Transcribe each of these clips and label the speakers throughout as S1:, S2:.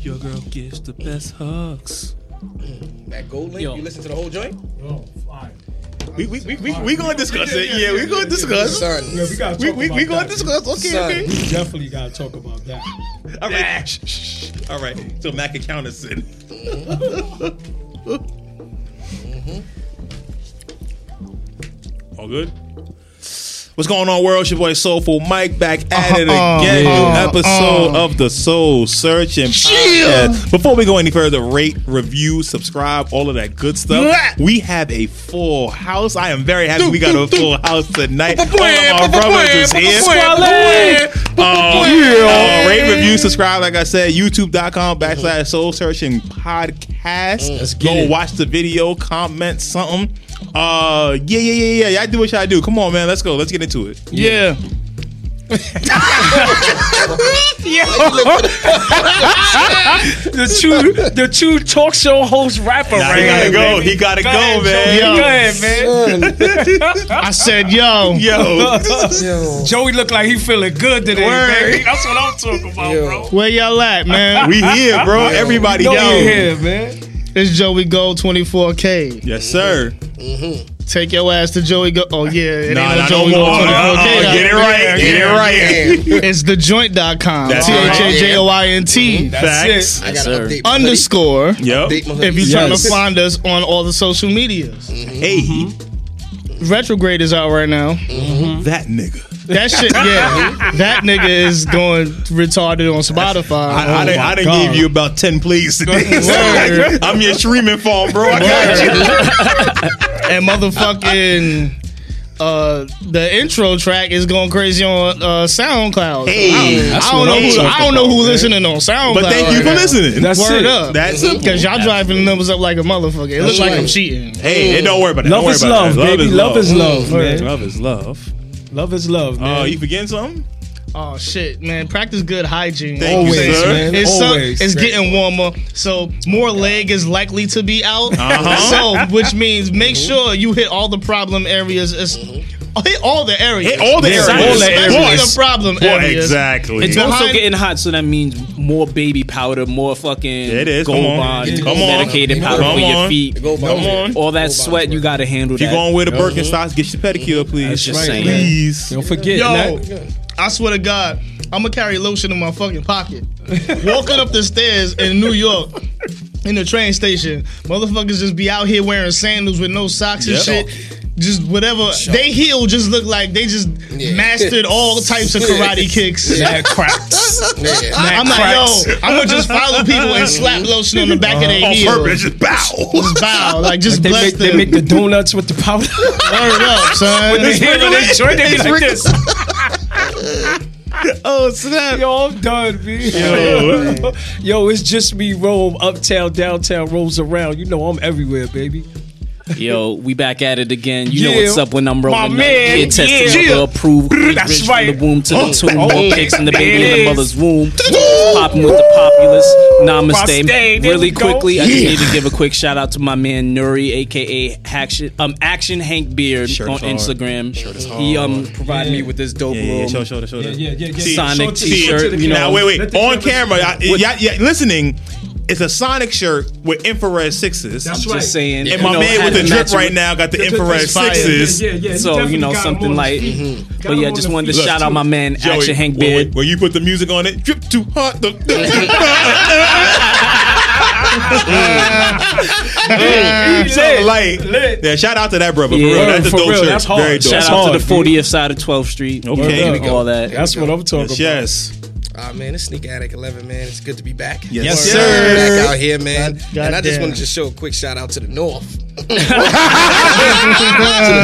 S1: Your girl gives the best hugs.
S2: That gold link,
S1: Yo.
S2: you listen to the whole joint?
S3: Oh, fire.
S4: We we we we, we gonna discuss it. Yeah, we gonna discuss.
S3: Yeah,
S2: Son,
S3: we gotta talk
S4: We we,
S3: about
S4: we gonna
S3: that.
S4: discuss.
S2: Son.
S4: Okay, okay.
S3: We definitely gotta talk about that.
S4: All right. Shh, shh, shh. All right. So Mac Accountancy. All good. What's going on, world? It's your boy Soulful Mike back at it again. episode of the Soul Searching Podcast. Before we go any further, rate, review, subscribe, all of that good stuff. We have a full house. I am very happy we got a full house tonight. All of our brothers is here. Um, uh, rate, review, subscribe. Like I said, youtube.com backslash soul searching podcast. Let's
S3: Mm, get
S4: Go
S3: it.
S4: watch the video, comment something. Uh, yeah, yeah, yeah, yeah. Y'all do what y'all do. Come on, man. Let's go. Let's get into it.
S5: Yeah. the true, the true talk show host rapper
S4: Nah,
S5: right
S4: he gotta
S5: here.
S4: go. He gotta go, man.
S5: Yo. Go ahead, man.
S2: son.
S5: I said, yo,
S4: Yo,
S2: Yo.
S5: Joey look like he feeling good today,
S4: Word.
S5: baby. That's what I'm talking about,
S2: Yo.
S5: bro.
S6: Where y'all at, man?
S4: we here, bro. Everybody
S5: Know
S4: down.
S5: you here, man.
S6: it's Joey Gold 24K.
S4: Yes, sir.
S6: Take your ass to Joey Gold. Oh, yeah. It
S4: Nah,
S6: ain't
S4: nah, no
S6: no Joey
S4: more.
S6: Gold 24K.
S4: Uh-uh. Get it right. Get it right.
S6: It's thejoint.com.
S4: That's
S6: T
S4: right.
S6: H A J O I N T.
S5: That's
S4: Facts.
S2: I gotta update my
S6: Underscore.
S4: Yep.
S2: hoodie. Update my hoodie.
S6: If you trying
S5: Yes.
S6: to find us on all the social medias,
S4: Hey,
S6: retrograde is out right now.
S4: that nigga.
S6: That shit, yeah, that nigga is going retarded on Spotify.
S4: I, I, done- I done gave you about 10 plays today.
S6: Word.
S4: I'm your streaming phone, bro. I got you.
S6: and motherfucking uh, the intro track is going crazy on uh, SoundCloud.
S4: Hey,
S6: I don't know. Who, I don't know who listening on SoundCloud.
S4: But thank you for listening.
S5: That's
S6: Word
S5: it.
S6: up.
S4: That's simple.
S6: Because y'all driving the numbers up like a motherfucker. It looks like I'm cheating.
S4: Hey, hey, don't worry about that.
S5: Love
S4: Don't worry
S5: is
S4: about
S5: love,
S4: that.
S5: baby. Love is love, man.
S4: Love is love.
S5: Love is love, man.
S4: Oh, you forgetting something?
S6: Oh shit, man! Practice good hygiene.
S4: Thank you,
S5: Always,
S4: sir.
S5: man.
S6: It's, sun-
S5: Always.
S6: it's getting warmer, so more leg is likely to be out.
S4: Uh-huh.
S6: So, which means make sure you hit all the problem areas. It's, hit all the areas.
S4: Hit all the
S5: Yeah,
S4: areas.
S5: all the
S6: Especially
S4: Boys.
S6: the problem
S4: Boy,
S6: areas.
S4: exactly.
S1: It's
S6: Yeah.
S1: also
S6: Behind-
S1: getting hot, so that means more baby powder, more fucking
S4: It is. Come
S1: gold
S4: on.
S1: bond,
S4: Come on.
S1: medicated powder
S4: Come
S1: for
S4: on.
S1: your feet.
S2: Go by
S4: Come
S2: the way.
S4: on.
S1: All that
S2: Go by
S1: sweat,
S2: the
S1: you got to handle
S4: If you're
S1: that.
S4: going with the Birkenstocks, get your pedicure, please.
S1: just saying.
S4: Please.
S5: Don't forget.
S6: Yo.
S5: that-
S6: I swear to God, I'm gonna carry lotion in my fucking pocket. Walking up the stairs in New York. In the train station, motherfuckers just be out here wearing sandals with no socks and
S4: Yeah.
S6: shit. Just whatever. They heel just look like they just
S2: Yeah.
S6: mastered all types of karate kicks.
S5: That cracks.
S2: Yeah.
S6: I'm
S5: cracks.
S6: like, yo, I'm gonna just follow people and slap lotion on the back of their
S4: On
S6: heel.
S4: purpose. Just bow.
S6: Bow, like just
S5: They
S6: bless
S5: make, they
S6: them.
S5: make the donuts with the powder.
S6: Word up, son.
S5: They handle that joint, they be like this.
S4: oh, snap.
S5: Yo, I'm done, B.
S4: Yo.
S5: Yo, it's just me, Rome, uptown, downtown, rolls around. You know I'm everywhere, baby.
S1: Yo, we back at it again. You know
S5: Yeah.
S1: what's up when I'm rolling.
S5: My
S1: up.
S5: man,
S1: Ear testing
S5: yeah.
S1: number approved. Rich
S5: That's
S1: from
S5: right.
S1: the womb to the tomb.
S5: oh,
S1: More
S5: there
S1: kicks in the
S5: it
S1: baby in the
S5: is.
S1: mother's womb. Popping with the populace. Namaste.
S5: Namaste, there
S1: really
S5: we go.
S1: quickly, I just need to give a quick shout out to my man Nuri, aka Action, um, Action Hank Beard
S4: Shirt
S1: on
S4: is hard.
S1: Instagram. He um provided me with this dope
S4: Yeah, yeah, yeah.
S1: little
S4: Show, show, show.
S5: Yeah, yeah, yeah.
S4: See,
S1: Sonic
S5: Show it to- show it
S1: t-shirt,
S5: to the
S1: you
S5: camera.
S1: know.
S4: Now wait, wait.
S5: Let the
S4: On camera,
S5: camera-
S4: y'all, y'all, y'all listening, it's a Sonic shirt with infrared sixes.
S5: That's
S1: Just saying.
S4: and
S1: you
S4: my
S1: know,
S4: man
S1: had
S4: with
S1: to
S4: the drip
S1: match it
S4: right
S1: with-
S4: now got the infrared
S5: That's fire.
S4: sixes.
S5: Yeah, yeah, yeah. He
S1: So you know
S5: definitely got him
S1: something
S5: on
S1: like,
S5: his feet. Got
S1: but
S5: him
S1: yeah,
S5: on
S1: just
S5: the
S1: wanted to
S5: feet.
S1: shout out my man
S4: Joey,
S1: Action Hank
S4: when-
S1: Beard.
S4: When, when you put the music on it, drip too hot. The,
S5: Lit,
S4: light.
S5: lit.
S4: Yeah, shout out to that brother.
S1: Yeah.
S4: for real,
S1: Word,
S4: that's a
S5: for
S4: dope
S5: real,
S4: shirt.
S5: that's hard.
S4: Very dope.
S1: Shout
S5: That's
S1: out to
S5: hard,
S1: the
S5: dude.
S1: 40th side of 12th Street.
S4: Okay. Here we
S1: all that.
S5: That's what I'm talking
S4: Yes,
S5: about.
S4: yes.
S2: Ah man, it's Sneak Attic 11, man. It's good to be back.
S4: Yes,
S2: We're
S4: sir.
S2: Back out here, man.
S6: God-
S2: and I just
S6: goddamn.
S2: wanted to show a quick shout out to the North.
S5: Uh,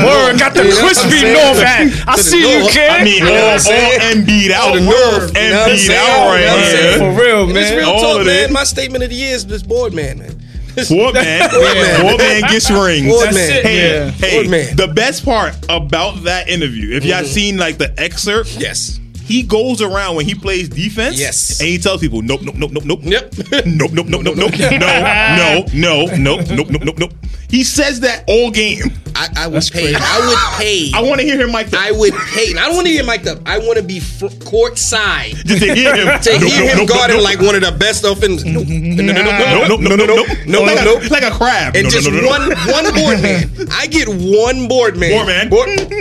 S5: Word, got
S2: Yeah, that's what
S5: the
S2: I'm
S5: crispy
S2: saying.
S5: North hat. I
S2: To the
S5: see you,
S2: North.
S5: kid.
S4: I mean,
S2: You know what
S4: all, all
S2: I'm saying?
S4: Embiid out.
S2: the
S4: North
S2: nerve, you know what I'm saying?
S4: Embiid out
S2: You know what I'm
S4: right
S2: saying?
S4: here.
S5: For real, man.
S2: It's real
S4: All
S2: talk,
S4: of
S2: man.
S4: it.
S2: My statement of the year is this board man, man. This
S4: Poor man. Poor man gets rings.
S2: board
S5: That's
S2: man.
S5: it.
S4: Hey,
S5: Yeah.
S4: hey
S2: Good man.
S5: Mm-hmm.
S4: the best part about that interview, if y'all seen like the excerpt,
S2: Yes.
S4: He goes around when he plays defense.
S2: Yes.
S4: And he tells people, nope, nope, nope, nope, nope.
S2: Yep.
S4: nope, nope, nope, nope, nope, no, no, no, nope, nope, nope, nope, nope. He says that all game.
S2: I, I would pay. I would pay.
S4: I want to hear him like that.
S2: I would hate. and I don't want to hear Mike up. I want to be fr- court side
S4: Just to hear him.
S2: to
S4: Nope,
S2: hear
S4: nope,
S2: him
S4: nope,
S2: guarding
S4: nope,
S2: like one of the best offense. No, no, no, no,
S4: Nope, nope, nope, nope,
S2: no,
S4: like,
S2: no.
S4: a, like a crab.
S2: And
S4: No, no,
S2: just
S4: no, no, no.
S2: one one board man. I get one board man.
S4: Board man.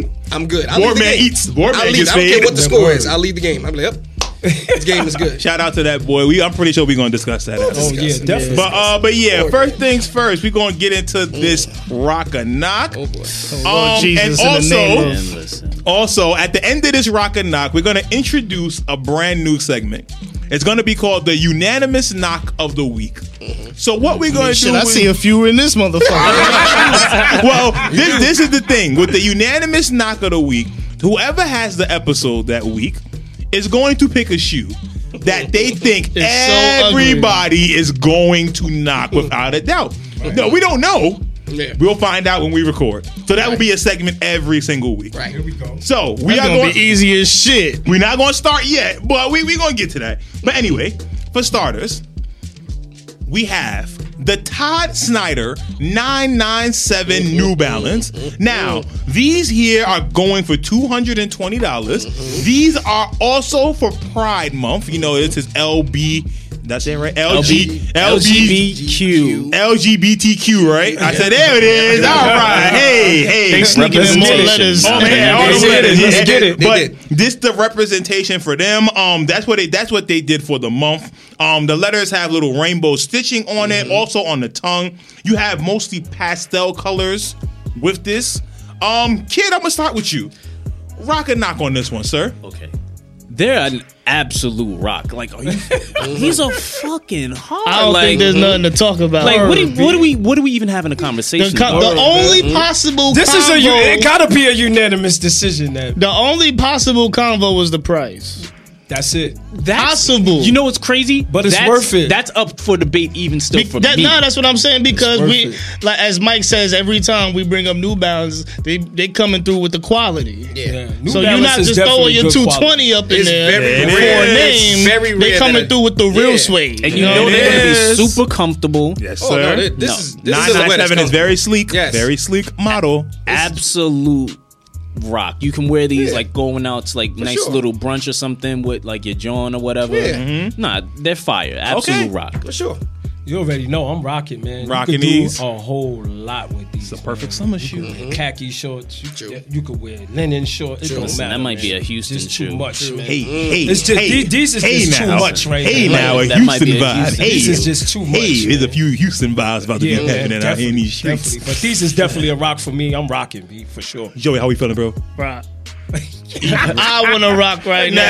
S2: Board- I'm good. I leave
S4: Board
S2: the
S4: man
S2: game.
S4: eats. Board
S2: I
S4: man
S2: leave.
S4: gets
S2: I don't care
S4: fed.
S2: what the score is. I leave the game. I'm like, yep. This game is good.
S4: Shout out to that boy. We, I'm pretty sure we're gonna discuss that. after.
S5: Oh yeah, definitely.
S4: But uh, but yeah,
S2: Boy,
S4: first things first, we're gonna get into this rock a knock.
S2: Oh boy.
S4: Um, and
S6: Jesus, in the name
S4: also,
S6: of-
S1: Man, listen.
S4: also at the end of this rock and knock, we're gonna introduce a brand new segment. It's gonna be called the unanimous knock of the week. So what we're gonna
S6: Shit,
S4: do?
S6: I
S4: is-
S6: see a few in this motherfucker.
S4: well, this, this is the thing with the unanimous knock of the week. Whoever has the episode that week is going to pick a shoe that they think
S6: It's so ugly.
S4: everybody is going to knock without a doubt. No, we don't know.
S2: Yeah.
S4: We'll find out when we record. So that will be a segment every single week.
S2: Right.
S3: Here we go.
S4: So we
S6: That's
S4: are
S6: gonna
S4: going.
S6: be easy as shit.
S4: We're not going to start yet, but we we going to get to that. But anyway, for starters, we have the Todd Snyder 997 New Balance. Now, these here are going for $220. These are also for Pride Month. You know, it's his LB. That's it, right? LG, LG,
S1: LGBTQ.
S4: LGBTQ, right? I said, there it is. All right. Hey, hey.
S6: They sneaking in more
S5: Representation.
S6: letters.
S4: Oh man, all
S5: Let's
S4: the
S5: get
S4: letters.
S5: it. Let's
S4: Yeah.
S5: get it.
S2: They did.
S4: But this the representation for them. Um, that's what they that's what they did for the month. Um, the letters have little rainbow stitching on it, also on the tongue. You have mostly pastel colors with this. Um, kid, I'm gonna start with you. Rock and knock on this one, sir.
S1: Okay. They're an absolute rock. Like, are you, he's a fucking hard.
S6: I don't
S1: like,
S6: think there's nothing to talk about.
S1: Like, what do, what do we what are we even having a conversation?
S6: the, co-
S1: about?
S6: the only possible
S5: This is a. u-
S6: convo-
S5: It gotta be a unanimous decision. That
S6: the only possible convo was the price.
S5: that's it.
S1: That's-
S6: possible.
S1: You know what's crazy? But
S5: it's
S1: that's,
S5: worth it.
S1: That's up for debate even still for
S6: That,
S1: me.
S6: no, that's what I'm saying because
S5: worth
S6: we,
S5: it.
S6: like as Mike says, every time we bring up New Balance, they they coming through with the quality.
S2: Yeah.
S5: New
S6: so you're
S5: Balance
S6: not
S5: is
S6: just
S5: definitely
S6: throwing your
S5: good
S6: 220
S5: quality.
S6: up in
S2: It's
S6: there
S2: very
S6: for
S4: rare.
S6: a
S2: It's
S6: name.
S2: very
S6: they
S2: rare
S6: coming
S2: that a-
S6: through with the real
S2: Yeah.
S6: suede.
S1: and you
S6: know
S1: know
S6: what I
S1: they're going
S6: mean?
S1: to
S4: is.
S1: be super comfortable.
S4: Yes,
S2: Oh, no, thi-
S4: sir.
S2: this
S1: No.
S2: is this is the way it's
S4: 997 is
S2: coming.
S4: very sleek.
S2: Yes.
S4: Very sleek model.
S1: Absolute rock. You can wear these like going out to like nice
S2: sure.
S1: little brunch or something with like your joint or whatever. Mm-hmm.
S2: Yeah.
S1: Nah, they're fire. Absolute
S4: Okay.
S1: rock.
S2: For sure.
S5: You already know I'm rocking, man.
S4: Rocking
S5: you could
S4: these.
S5: do a whole lot with these. It's a
S4: Perfect summer shoe.
S5: khaki shorts. You,
S2: True.
S5: you could wear linen shorts. It don't
S1: Listen,
S5: matter.
S1: that might be
S5: man.
S1: a Houston
S5: Just
S1: shoe.
S5: too much, man.
S4: Hey, hey,
S5: Mm. It's just-
S4: hey,
S5: these- these is
S4: hey
S5: just too
S4: now.
S5: much right
S4: Hey
S5: now.
S4: now, a
S1: That might be
S4: Houston
S1: a
S4: vibe.
S1: Houston-
S4: Hey,
S5: This is just too much,
S4: Hey, there's a
S5: man.
S4: few Houston vibes about to
S5: Yeah,
S4: be
S5: man,
S4: happening out here in these streets.
S5: definitely. But these is definitely a rock for me. I'm rocking, B, for sure.
S4: Joey, how we feeling, bro?
S6: Rock. I want to rock right now.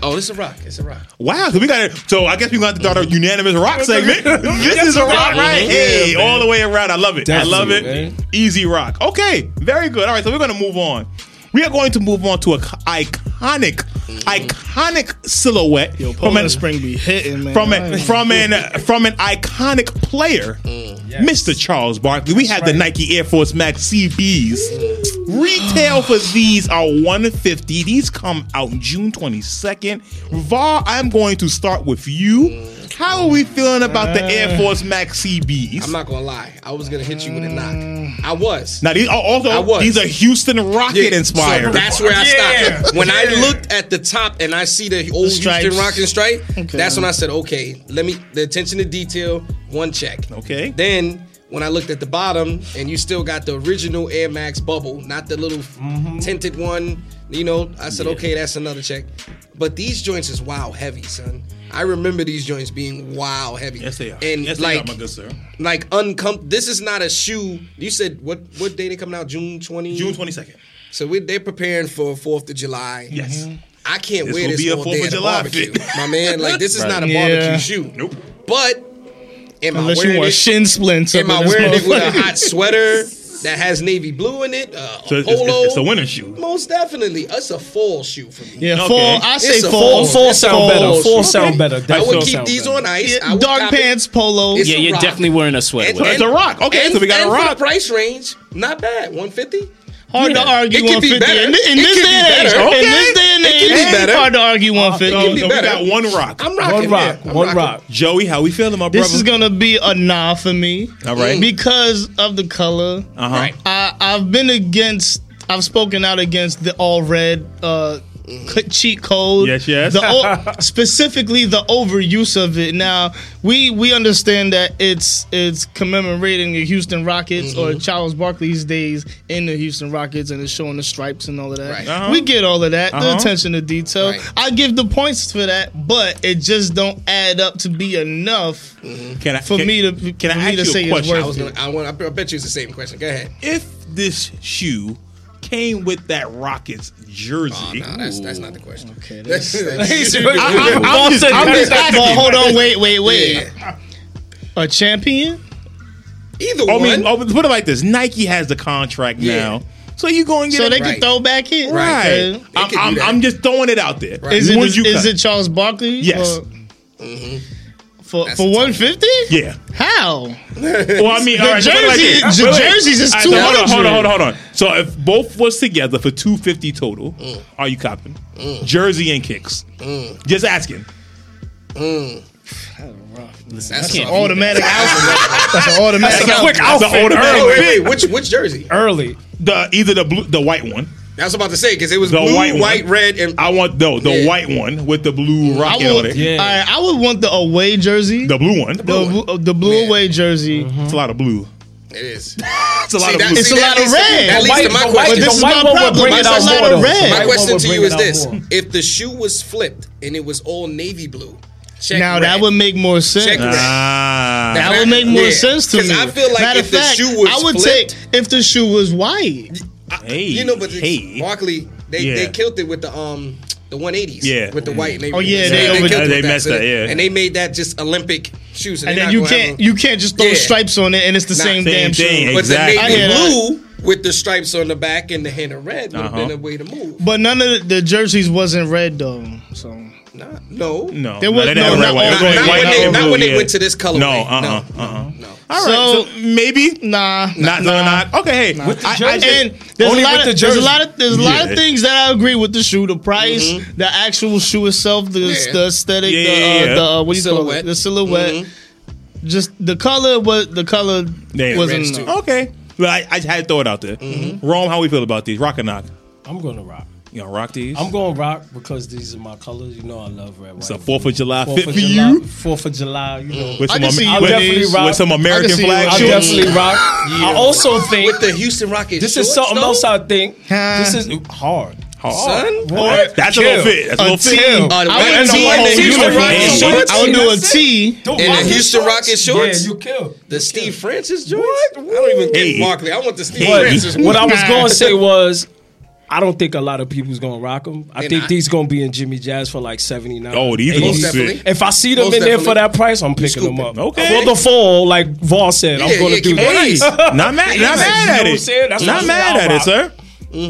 S2: Oh, it's a rock. It's a rock.
S4: Wow, so we got it. So I guess we got to start a unanimous rock segment. this is a rock, right? Hey, all the way around. I love it. I love it.
S5: Definitely, man.
S4: Easy rock. Okay, very good. All right, so we're gonna move on. We are going to move on to a co- iconic,
S5: Mm-hmm.
S4: iconic silhouette
S6: From
S4: from
S6: that
S4: an
S6: spring be hitting, man.
S4: from
S6: Like,
S4: an from an from an iconic player,
S2: Mm.
S4: Mr. Charles Barkley. We have the Nike Air Force Max CBs.
S2: Mm.
S4: Retail for these are 150. These come out June 22nd. Var, I'm going to start with you. How are we feeling about the Air Force Max
S2: Mm. I'm
S4: CBs?
S2: not gonna lie. I was gonna hit you with a knock. I was.
S4: Now these are
S2: I
S4: also
S2: was.
S4: these are Houston Rocket
S2: Yeah, So
S4: inspired.
S2: that's where I
S5: Yeah.
S2: stopped. When I looked at the top and I see the old
S6: stripes.
S2: Houston Rock and Stripe,
S6: Okay.
S2: that's when I said, okay, let me the attention to detail, one check.
S4: Okay.
S2: Then when I looked at the bottom and you still got the original Air Max bubble, not the little
S4: Mm-hmm.
S2: tinted one, you know, I said, okay, that's another check. But these joints is wow heavy, son. I remember these joints being wow heavy.
S4: yes, they are.
S2: And
S4: yes,
S2: like
S4: they are, my good sir.
S2: like uncom this is not a shoe. You said what what day they coming out? June twenty
S4: June 22nd.
S2: so we, they're preparing for Fourth of July.
S4: Yes.
S2: I can't
S4: This
S2: wear
S4: will
S2: this
S4: be a
S2: all
S4: Fourth
S2: day
S4: of
S2: at a
S4: July
S2: barbecue,
S4: fit.
S2: my man. Like this is not a
S6: Yeah.
S2: barbecue shoe.
S4: Nope.
S2: But am I
S6: unless you
S2: wearing
S6: want
S2: it?
S6: shin splints. up
S2: am I
S6: in this
S2: wearing it with a
S6: motherfucker.
S2: hot sweater that has navy blue in it? Uh,
S4: So
S2: a
S4: it's, it's,
S2: polo.
S4: it's a winter shoe.
S2: Most definitely, it's a fall shoe for me.
S6: Yeah,
S4: Okay.
S6: fall. I say
S2: It's a
S6: fall.
S2: fall.
S5: Four
S2: It's
S5: sound
S2: a
S5: better.
S2: whole
S5: Four
S2: shoe.
S5: sound better.
S2: I would
S5: Definitely
S2: keep
S5: sound
S2: these
S5: better.
S2: on ice. I
S6: Yeah,
S2: would
S6: Dark
S2: cop it.
S6: pants, polo.
S2: It's
S1: Yeah,
S2: a
S1: you're
S2: rock.
S1: definitely wearing a sweater.
S2: And-
S1: with it.
S4: it's a rock. Okay,
S2: and-
S4: so we got a
S2: and for
S4: rock.
S2: the price range, not bad. One fifty.
S6: Hard to argue
S2: It could be
S6: 150
S2: better.
S6: in, thi- in
S2: It
S6: this
S2: could
S6: day
S2: be
S6: and age.
S2: better.
S6: In
S2: Okay.
S6: this day and
S2: It could
S6: age,
S2: be better.
S6: hard to argue
S4: So,
S6: 150.
S4: so we got one rock.
S2: I'm
S5: One
S2: rocking.
S5: rock,
S2: yeah, I'm
S5: one
S2: rocking.
S5: rock.
S4: Joey, how we feeling, my brother?
S6: This is gonna be a nah for me.
S4: All right.
S6: Because of the color.
S4: Uh huh.
S2: Right.
S6: I, I've been against. I've spoken out against the all red uh, c- cheat code.
S4: Yes, yes.
S6: The o- specifically the overuse of it. Now we we understand that it's it's commemorating the Houston Rockets
S2: Mm-hmm.
S6: or Charles Barkley's days in the Houston Rockets, and it's showing the stripes and all of that.
S2: Right.
S4: Uh-huh.
S6: We get all of that. The
S4: Uh-huh.
S6: attention to detail.
S2: Right.
S6: I give the points for that, but it just don't add up to be enough
S4: Can I,
S6: for
S4: can-
S6: me to
S4: can I
S6: for
S4: ask
S6: me to
S4: you a
S6: say it's
S4: question?
S6: worth
S2: I was
S6: it.
S2: gonna. I want. I bet you it's the same question. Go ahead.
S4: if this shoe came with that Rockets jersey?
S2: Oh, no, that's that's not the question. Okay,
S6: that's-
S4: I'm, I'm just,
S6: I'm just
S4: asking.
S6: but hold on, wait, wait, wait. A champion?
S2: Either
S4: I
S2: one.
S4: mean, oh, but put it like this: Nike has the contract
S2: Yeah.
S4: now, so you go and get
S6: So
S4: it.
S6: they
S2: Right.
S6: can throw back it?
S4: right.
S6: Okay.
S2: They could do
S4: I'm, I'm,
S2: that.
S4: I'm just throwing it out there.
S6: Is it
S4: Would
S6: is
S4: you cut?
S6: it Charles Barkley?
S4: Yes. Mm-hmm.
S6: Or- For
S2: That's
S6: for
S2: a tough
S6: one fifty?
S4: Yeah.
S6: How?
S4: Well, I mean, all right, so put it like
S6: jersey-
S4: this.
S6: the
S4: Wait, wait.
S6: jerseys is
S4: All right, so Hold on, hold
S6: 200.
S4: on, hold on, hold on. So if both was together for two fifty total,
S2: Mm.
S4: are you copping? Jersey and kicks. Just asking.
S2: that's
S6: An
S2: tough.
S6: automatic out. That's an automatic
S4: That's a
S6: out.
S4: quick outfit. The,
S2: Wait, wait, wait. Which which jersey?
S5: Early.
S4: the either the blue, the white one.
S2: I was about to say because it was
S4: The
S2: blue,
S4: white
S2: white,
S4: one.
S2: red, and
S4: I want no, the
S2: Yeah. Mm,
S4: white one with the blue
S6: I
S4: rocket on
S6: would,
S4: it.
S5: Yeah.
S6: all right, I would want the away jersey.
S4: The blue Mm-hmm. one.
S6: the,
S2: blue
S6: blue- the blue
S2: Yeah.
S6: away jersey.
S4: It's a lot of blue.
S2: it is.
S4: It's a lot of
S2: that-
S4: blue.
S6: It's a
S2: that
S6: lot of
S2: leads to- That
S6: red. The
S2: leads to
S5: white-
S2: my
S5: the white-
S6: But
S2: question.
S6: this
S5: The
S6: is
S5: white
S6: my
S5: one would
S6: problem.
S5: bring
S6: It's
S2: it out
S6: a lot
S2: more,
S6: of
S5: though.
S6: red.
S2: My
S5: That one
S2: question
S5: would
S2: to
S5: bring
S2: you
S5: it
S2: is
S5: out
S2: this:
S5: more.
S2: If the shoe was flipped and it was all navy blue, check
S6: Now
S2: red.
S6: that would make more sense.
S2: Check red.
S4: Ah.
S6: That would make more
S2: Yeah.
S6: sense to
S2: 'Cause
S6: me.
S2: I feel like
S6: Matter
S2: if
S6: of
S2: the
S6: fact,
S2: shoe was
S6: I would
S2: flipped-
S6: take if the shoe was white.
S4: hey,
S2: You know, but
S4: hey.
S2: Barkley, they,
S4: Yeah.
S2: they killed it with the um the one eighties.
S4: Yeah.
S2: with the white. And they,
S6: Oh, yeah,
S2: so
S6: they over-
S2: killed it
S4: they
S2: with
S4: messed
S2: so
S4: that,
S2: they-
S4: yeah.
S2: And they made that just Olympic shoes,
S6: and then you can't you can't just throw
S2: Yeah.
S6: stripes on it and it's the
S2: Nah.
S6: same,
S4: Same
S6: damn
S4: thing,
S6: shoe.
S2: but
S4: Exactly.
S2: the
S6: I
S2: navy
S6: hear
S2: blue with the stripes on the back and the hand of red would have been
S4: Uh-huh.
S2: a way to move.
S6: But none of the, the jerseys wasn't red though. So
S2: Nah, no,
S4: No,
S6: There
S4: no,
S6: was
S4: they
S6: no-
S4: never
S6: not-
S4: ran white. It was
S6: not-
S4: only
S2: not
S4: white
S2: when
S4: and
S2: they-
S4: all
S2: not
S4: blue,
S2: when they
S4: yeah.
S2: went to this colorway.
S4: No,
S2: No,
S4: uh, uh
S2: no,
S4: uh.
S2: no.
S4: All right, so,
S6: So-
S4: maybe
S6: nah.
S4: not, no, not okay. Hey,
S5: With the
S4: I- I
S5: jersey.
S4: just-
S6: And there's
S5: Only
S6: a lot
S5: with
S6: of
S5: the
S6: there's a
S5: jersey.
S6: lot of there's a lot
S4: Yeah.
S6: of things that I agree with the shoe, the price,
S5: Mm-hmm.
S6: the actual shoe itself, the,
S2: Yeah.
S6: the aesthetic,
S4: Yeah,
S6: the,
S4: yeah,
S6: uh,
S4: yeah.
S6: the uh, what do you call it,
S2: Silhouette.
S6: the silhouette.
S2: Mhm.
S5: Mm-hmm.
S6: Just the color was the color
S4: Yeah.
S6: wasn't
S2: Reds, too.
S6: enough.
S4: okay. Well, I, I had to throw it out there.
S5: Mm-hmm.
S4: Rome, how we feel about these? Rock or knock?
S5: I'm gonna rock.
S4: You gonna rock these?
S5: I'm gonna rock because these are my colors. You know I love red. White,
S4: it's a Fourth of July
S5: Fourth
S4: fit
S5: of
S4: for
S5: July,
S4: you
S5: Fourth of July. You know.
S4: with
S6: I
S4: some,
S6: can see you
S5: I'll
S4: with,
S5: definitely
S4: with
S5: rock.
S4: some American
S6: see you
S4: flag
S5: I
S6: rock.
S4: shoes.
S5: definitely rock. I also think
S2: with the Houston Rockets.
S5: this is
S2: shorts,
S5: something
S2: though?
S5: else. I think this is hard.
S4: Hard.
S2: Son,
S4: Hard. Oh. That's a little fit. That's a little
S6: team.
S4: fit.
S6: Uh,
S2: the
S6: I would
S2: Western
S6: do
S2: White
S6: a
S2: Houston
S6: beautiful
S2: Rockets
S4: game.
S2: shorts?
S6: I would do a T.
S2: And the Houston Rockets shorts?
S5: Yeah, you kill.
S2: The Steve Francis joints? I don't even get
S4: Hey.
S2: Barkley. I want the Steve
S4: Hey.
S2: Francis.
S5: What I was
S6: Nah.
S5: gonna say was. I don't think a lot of people's gonna rock them. I
S2: They're
S5: think
S2: not.
S5: these gonna be in Jimmy Jazz for like seventy nine.
S4: Oh, these are gonna
S2: Most
S4: fit.
S2: definitely.
S5: If I see them
S2: Most
S5: in there for
S2: definitely.
S5: that price, I'm picking them up.
S2: scooping.
S4: Okay.
S5: For the fall, like Vaughn said, I'm
S2: Yeah,
S5: going to
S2: yeah,
S5: do
S2: keep it
S5: that.
S2: nice.
S4: Not mad. Not mad at
S5: what I'm
S4: it.
S5: saying? That's what
S4: Not
S5: I'm
S4: mad
S5: saying.
S4: at it,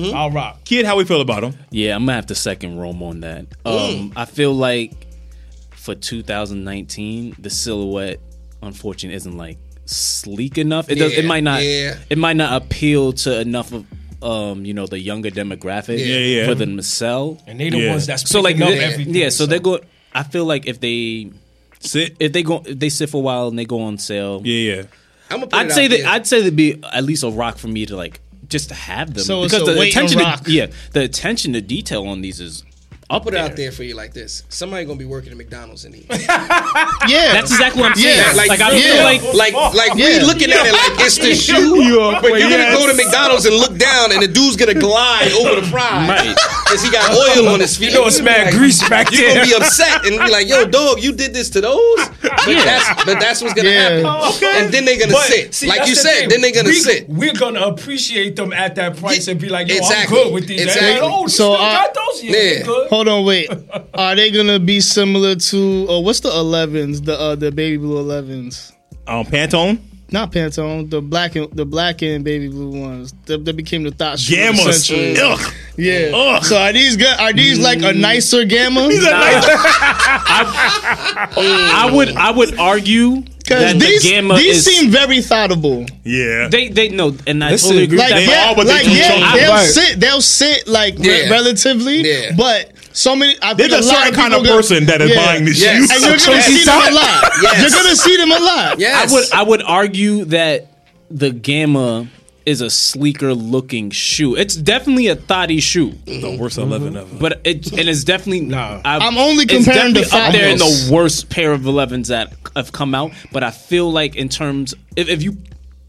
S4: sir.
S5: I'll rock.
S4: Kid, how we feel about them?
S1: Yeah, I'm gonna have to second Rome on that.
S2: Mm.
S1: Um, I feel like for 2019, the silhouette, unfortunately, isn't like sleek enough. It does. It
S2: Yeah,
S1: might not.
S2: yeah.
S1: It might not appeal to enough of um, you know, the younger demographic
S2: Yeah,
S4: yeah.
S1: for the Marcel.
S5: And they the
S4: Yeah.
S5: ones that's
S1: So like,
S5: picking up
S1: they-
S5: everything.
S1: yeah. So they go. I feel like if they
S4: Sit.
S1: if they go if they sit for a while and they go on sale,
S4: Yeah, yeah.
S2: I'm gonna put
S1: I'd
S2: it
S1: say
S2: out
S1: that
S2: there.
S1: I'd say that'd be at least a rock for me to like just to have them
S6: So it's a wait and
S1: attention
S6: rock.
S1: to, yeah the attention to detail on these is up
S2: put it
S1: there.
S2: out there for you like this. Somebody gonna be working at McDonald's in here.
S6: Yeah,
S1: That's exactly what I'm saying.
S6: Yeah,
S1: like, I
S2: yeah.
S1: feel like
S2: like, like we
S6: Yeah.
S2: looking at it like it's the shoe, but you're gonna go to McDonald's and look down, and the dude's gonna glide over the fries
S1: Right.
S2: because he got oil on his feet.
S5: you know it's mad
S2: Like,
S5: Oh, grease back
S2: You're
S5: there.
S2: gonna be upset and be like, "Yo, dog, you did this to those," but that's but that's what's gonna
S6: Yeah.
S2: happen.
S5: Okay.
S2: And then they're gonna
S5: But,
S2: sit,
S5: see,
S2: like
S5: that's
S2: you
S5: the
S2: said.
S5: thing.
S2: Then they're gonna
S5: we,
S2: sit.
S5: We're gonna appreciate them at that price
S2: Yeah,
S5: and be like, yo,
S2: exactly.
S5: I'm good with these. They're
S2: Exactly.
S5: Like, oh, you
S6: So,
S5: still
S6: uh,
S5: got those? Yeah,
S2: yeah.
S5: good.
S6: Hold on, wait. Are they gonna be similar to uh, what's the 11s? The uh, the baby blue 11s.
S4: Um, Pantone.
S6: Not Pantone, the black and the black and baby blue ones that, that became the thought shoe. of the
S4: Gammas.
S6: century.
S4: Ugh.
S6: yeah.
S4: Ugh.
S6: So are these good? Are these like a nicer gamma?
S4: These are nice.
S1: I would I would argue That
S6: Because
S1: the
S6: these,
S1: gamma
S6: these
S1: is-
S6: seem very thoughtable.
S4: Yeah.
S1: They they no, and I
S5: Listen,
S1: totally agree.
S6: Like
S1: with that.
S6: yeah,
S4: are, but they
S6: like,
S4: do
S6: yeah,
S1: change.
S6: they'll
S5: Right.
S6: sit, they'll sit like re-
S2: Yeah.
S6: relatively.
S2: Yeah.
S6: But so many, I
S4: There's
S6: think
S4: a
S6: lot
S4: certain kind of
S6: people go-
S4: person that is
S6: Yeah.
S4: buying this
S2: Yes.
S4: shoes.
S6: And you're gonna
S2: Yes.
S6: see them a lot.
S2: Yes.
S6: You're gonna see them a lot.
S2: Yes.
S1: I would I would argue that the Gamma is a sleeker looking shoe. It's definitely a thotty shoe,
S4: The worst 11 ever.
S1: but it and it's definitely
S5: Nah.
S1: I,
S6: I'm only
S1: it's
S6: comparing
S1: definitely
S6: the
S1: up there in
S6: fatness.
S1: the worst pair of 11s that have come out. But I feel like in terms if, if you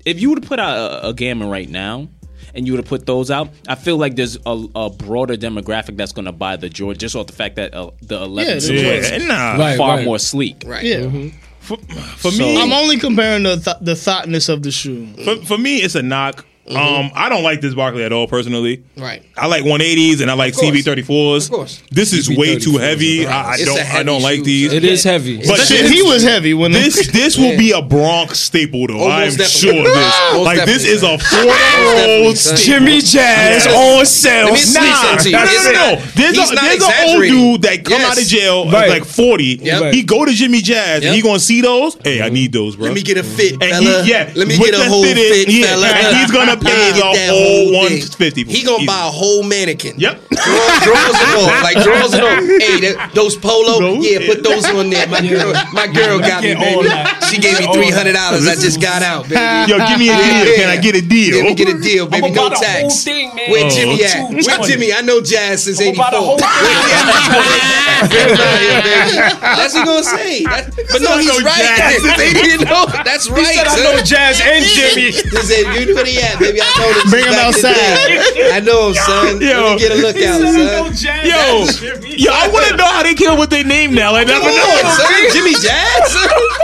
S1: if you would put out a, a Gamma right now. And you would have put those out. I feel like there's a, a broader demographic that's going to buy the Jordan, just off the fact that uh, the 11s
S6: Yeah,
S1: was
S4: yeah, nah.
S5: Right.
S1: far more sleek.
S2: Right.
S6: Yeah.
S4: For, for me,
S6: I'm only comparing the th- the thoughtness of the shoe.
S4: for, for me, it's a knock. Um, I don't like this Barkley at all personally.
S2: Right.
S4: I like 180s and I like
S2: Of course.
S4: CB34s.
S2: Of course.
S4: This is way too heavy. I, I
S2: It's a
S4: don't. I
S2: heavy
S4: don't like
S2: shoe.
S4: these.
S5: It is heavy.
S4: But
S6: Shit,
S4: this-
S6: he was heavy
S2: Mm.
S6: when
S4: This this will be a Bronx staple though.
S2: Almost
S4: I'm
S2: Oh, definitely.
S4: sure of this.
S2: Most
S4: like this
S2: definitely,
S4: is a
S2: son.
S4: four year
S2: definitely,
S4: old
S2: son.
S4: staple.
S5: Jimmy Jazz
S4: Yes.
S5: on sale.
S2: Let me sneak
S4: Nah,
S2: something to you.
S4: no,
S2: It's
S4: no, no.
S2: not-
S4: There's
S2: he's
S4: a
S2: not
S4: there's an old
S2: exaggerating.
S4: dude that come
S2: Yes.
S4: out of jail at
S5: Right.
S4: like 40.
S2: Yep.
S4: He go to Jimmy
S2: Yep.
S4: Jazz
S2: Mm-hmm.
S4: and he gonna see those. Hey, I need those, bro.
S2: Let me get a fit,
S4: And
S2: fella.
S4: he- yeah,
S2: Let me
S4: with
S2: get a
S4: the
S2: whole
S4: fit
S2: fit,
S4: in, yeah,
S2: fella.
S4: and he's
S2: Let
S4: gonna
S2: me
S4: pay
S2: get
S4: the
S2: that
S4: whole
S2: thing.
S4: 150
S2: He gonna
S4: easy.
S2: buy a whole mannequin.
S4: Yep.
S2: Drawers drawers and all, like drawers and all. Hey, that, those polo,
S4: Those?
S2: yeah, put those on there. My girl, my girl got me,
S5: Get all
S2: baby.
S5: that.
S2: She gave me three hundred dollars. I just got out, baby.
S4: Yo, give me a
S2: Yeah.
S4: deal. Can I get a deal?
S2: Let me get a deal, baby. No tax.
S5: thing, man.
S2: Where Jimmy
S5: Two
S2: at? Where
S5: twenty.
S2: Jimmy? I know Jazz since
S5: I'm about to
S2: '84.
S5: hold-
S2: That's what he gonna say. That- but no,
S4: I know
S2: he's
S4: Jazz since
S2: right. You know, that's right.
S5: He said I
S2: son.
S5: know Jazz and
S2: He
S5: Jimmy.
S2: said, "You know where he at, baby? I know this.
S6: Bring him
S2: back in the
S6: outside.
S2: day. I know him, son.
S4: Yo.
S2: Let me get a look out, son.
S4: Yo, yo, I want to know how they came up with their name now. I never
S2: Come
S4: know.
S2: on, son. Jimmy Jazz.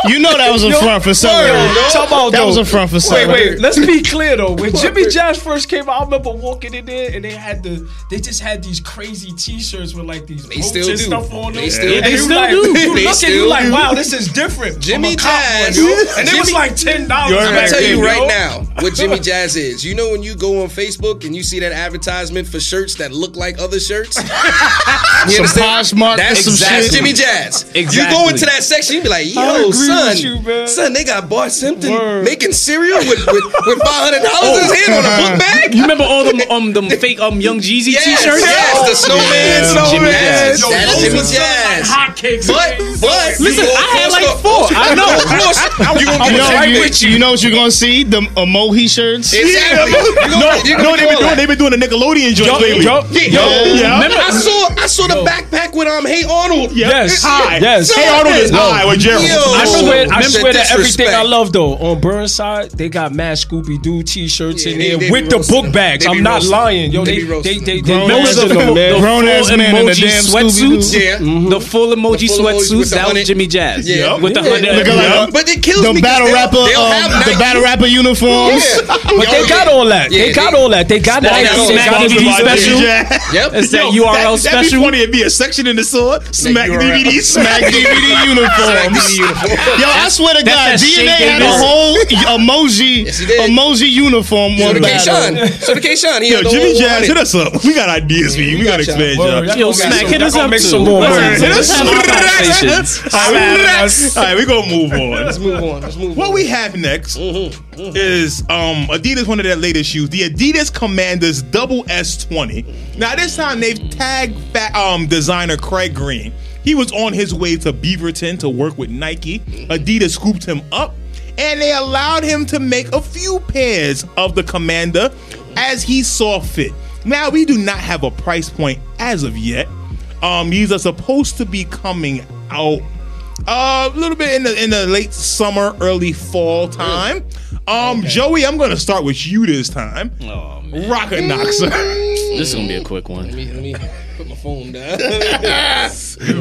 S6: You know that was a front for something.
S5: Talk about
S6: That
S5: though.
S6: was a front for
S5: Wait,
S6: something.
S5: wait. Let's be clear though. When Jimmy Jazz first came out, I remember walking in there and they had the, they just had these crazy T-shirts with like these
S2: They
S5: roots
S2: still
S5: and
S2: do.
S5: stuff on them.
S2: They still
S5: And
S2: do. They
S5: you like,
S1: still do.
S5: You
S2: They
S5: look and
S2: still
S5: you like,
S2: do.
S5: wow, this is different.
S2: Jimmy
S5: I'm a cop boy,
S2: Jazz.
S5: yo. and it was
S2: Jimmy-
S5: like ten dollars.
S2: I'm gonna
S5: back
S2: tell
S5: then,
S2: you right
S5: yo.
S2: now what Jimmy Jazz is. You know when you go on Facebook and you see that advertisement for shirts that look like other shirts? You
S6: Some
S2: understand?
S6: Poshmark and
S2: That's,
S6: some
S2: that's
S6: shit.
S2: Jimmy Jazz. You go
S1: Exactly.
S2: into that section, you be like,
S5: I
S2: yo,
S5: agree
S2: son,
S5: with you, man.
S2: son, they got Bart Simpson
S5: Word.
S2: making cereal with, with, with $500 in his hand on a book bag?
S1: You remember all them um them fake um young Jeezy
S2: Yes,
S1: T-shirts? Oh.
S2: yes, the snowman,
S1: Jimmy
S2: snowman.
S1: Jazz.
S2: Yo, That is
S5: those
S2: Jimmy
S5: was selling
S2: Jazz.
S5: Like hotcakes.
S2: But,
S5: man.
S2: but,
S1: Listen,
S2: you go
S1: I had
S2: full
S1: like
S2: circle.
S1: four. I know.
S2: You go full circle. You gonna
S6: You
S2: get
S6: know,
S2: right
S6: you,
S2: with
S6: you know what you're gonna see? The Amohi shirts.
S2: Exactly. You gonna- you
S4: No,
S2: gonna get
S4: no, they've been
S2: all
S4: doing
S2: that.
S4: they've been doing the Nickelodeon joint lately.
S5: yo,
S6: yo,
S4: yeah.
S2: I saw I saw the backpack with um Hey Arnold.
S5: Yes.
S4: Hi.
S5: Yes.
S4: Hey Arnold is
S2: Yo.
S4: high with Gerald.
S2: Yo.
S5: I swear, I
S2: That's
S5: swear that everything
S2: disrespect.
S5: I love though on Burnside, they got mad Scooby Doo T-shirts
S2: Yeah,
S5: in
S2: they-
S5: there
S2: they be
S5: with the
S2: roasting
S5: book
S2: them.
S5: bags.
S2: They be
S5: I'm not
S2: roasting
S5: lying,
S2: them.
S5: yo. They
S2: They be
S5: they
S2: roasting
S5: they, they,
S2: them.
S5: remember
S6: ass
S5: the,
S6: man
S5: full-
S6: in a-
S5: the
S6: grown
S5: full
S6: ass man in a
S5: emoji
S6: damn
S5: sweatsuits.
S2: Yeah.
S1: The full emoji
S2: The full emoji with
S1: sweatsuits.
S2: the
S1: That was
S2: hundred-
S1: Jimmy Jazz.
S2: Yeah.
S1: With the
S2: Yeah.
S1: hundred.
S6: Look at like
S4: Yeah.
S6: a-
S2: But it kills
S6: the
S2: me. 'cause
S6: battle
S2: they'll-
S6: rapper,
S2: they'll
S6: um,
S2: have
S6: the
S2: Nike.
S6: battle rapper uniforms.
S5: But they got all that.
S2: Yeah,
S5: they
S2: they-
S5: got all that. They got that.
S2: got all
S5: They
S2: that.
S5: got
S4: Sponsored
S5: DVD
S4: by Jimmy
S5: special.
S4: Jazz.
S2: Yep.
S1: It's that
S4: Yo,
S1: URL
S4: that, would be
S1: special.
S4: funny. It'd be a section in the sword. Smack
S2: URL.
S4: DVD. Smack
S6: Smack DVD uniforms. Yo, I swear to God,
S1: that
S6: DNA
S1: shade they
S6: had a
S1: miss.
S6: whole emoji
S2: he did.
S6: emoji uniform
S2: So
S6: one
S2: the K
S6: battle.
S2: Sean. So the K Sean. He
S4: Yo,
S2: had the
S4: Jimmy
S2: whole
S4: Jazz, hit
S2: one.
S4: us up. We got ideas for you. We
S2: got
S4: gotta
S2: y'all.
S4: expand y'all.
S1: Yo, smack, hit us up
S5: Make
S1: too.
S5: some more
S1: Listen,
S5: money.
S4: Hit us
S1: Let's have
S4: up.
S1: some conversations.
S4: All right, all right, we gonna move on. Let's move on. Let's move Mm-hmm. what we have next is um Adidas, one of their latest shoes, the Adidas Commanders Double S20. Now this time they've tagged fa- um designer Craig Green. He was on his way to Beaverton to work with Nike. Adidas scooped him up, and they allowed him to make a few pairs of the Commander as he saw fit. Now we do not have a price point as of yet. Um, these are supposed to be coming out uh, a little bit in the in the late summer, early fall time. Um, Joey, I'm gonna start with you this time.
S1: Oh, man.
S4: Rocker Knoxer.
S1: This is gonna be a quick one.
S2: Let me put my phone down.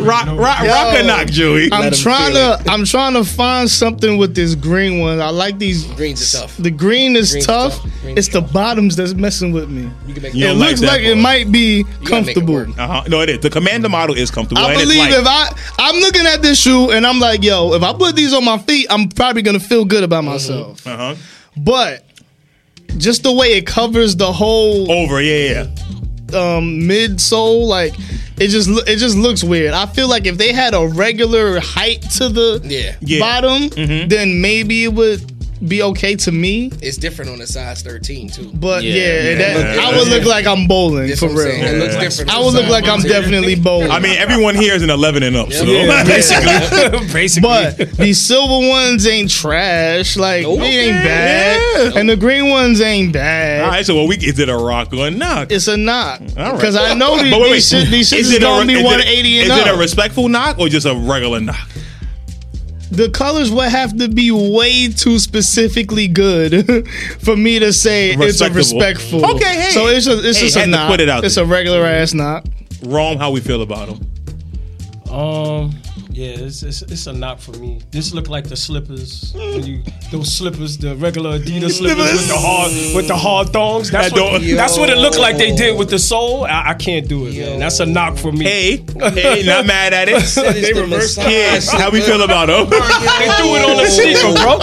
S4: Rock, rock, rocker knock, Joey.
S6: I'm
S2: him
S6: trying
S2: feel
S6: to I'm trying to find something with this green one. I like these
S2: Greens are tough.
S6: The green is
S2: Green's
S6: tough.
S2: tough. Green's
S6: it's the bottoms that's messing with me.
S2: You can make
S4: Yeah.
S6: It
S4: don't like
S6: looks
S4: that
S6: like it
S4: part.
S6: might be
S2: gotta make it
S6: comfortable.
S2: work.
S4: Uh-huh. No, it is. The commander model is comfortable.
S6: I
S4: and it's
S6: believe
S4: light.
S6: if I I'm looking at this shoe and I'm like, yo, if I put these on my feet, I'm probably gonna feel good about
S2: Mm-hmm.
S6: myself.
S4: uh-huh.
S6: But just the way it covers the whole
S4: over, yeah, yeah.
S6: um, midsole, like It just loo- it just looks weird. I feel like if they had a regular height to the
S2: Yeah.
S4: Yeah. Mm-hmm.
S6: bottom, then maybe it would be okay to me.
S2: It's different on a size 13 too.
S6: But
S1: Yeah.
S6: yeah, that,
S4: Yeah.
S6: I would look like I'm bowling
S2: That's
S6: for
S2: what I'm
S6: real.
S2: saying. It looks different.
S6: I
S2: on
S6: would
S2: the
S6: look like I'm
S2: size.
S6: definitely bowling.
S4: I mean, everyone here is an 11 and up, so basically.
S5: Basically,
S6: But the silver ones ain't trash. Like
S2: Nope.
S6: they ain't bad, and the green ones ain't bad.
S4: All right, so what we is it a rock or a knock?
S6: It's a knock
S4: All right.
S6: because I know these,
S4: But wait, wait.
S6: these shit, these shit
S4: Is
S6: is,
S4: it a-
S6: gonna
S4: is
S6: be
S4: it-
S6: 180 and
S4: Is
S6: up.
S4: it a respectful knock or just a regular knock?
S6: the colors would have to be way too specifically good for me to say it's a
S4: Respectable.
S6: respectful.
S4: Okay, hey.
S6: so it's a, it's
S4: Hey,
S6: just a
S4: had to
S6: knock.
S4: put it out
S6: it's
S4: there.
S6: a regular ass knock.
S4: Rome, how we feel about him?
S5: Um, yeah, it's, it's it's a knock for me. This look like the slippers. When you those slippers, the regular Adidas slippers with the hard with the hard thongs. That's
S4: That
S5: what
S4: don't-
S5: that's what it looked like they did with the sole. I, I can't do it, man. That's a knock for me.
S4: Hey, hey, not mad at it.
S2: It's the massage.
S4: Yes, how we feel about him?
S5: They threw it on the sneaker, bro. Am,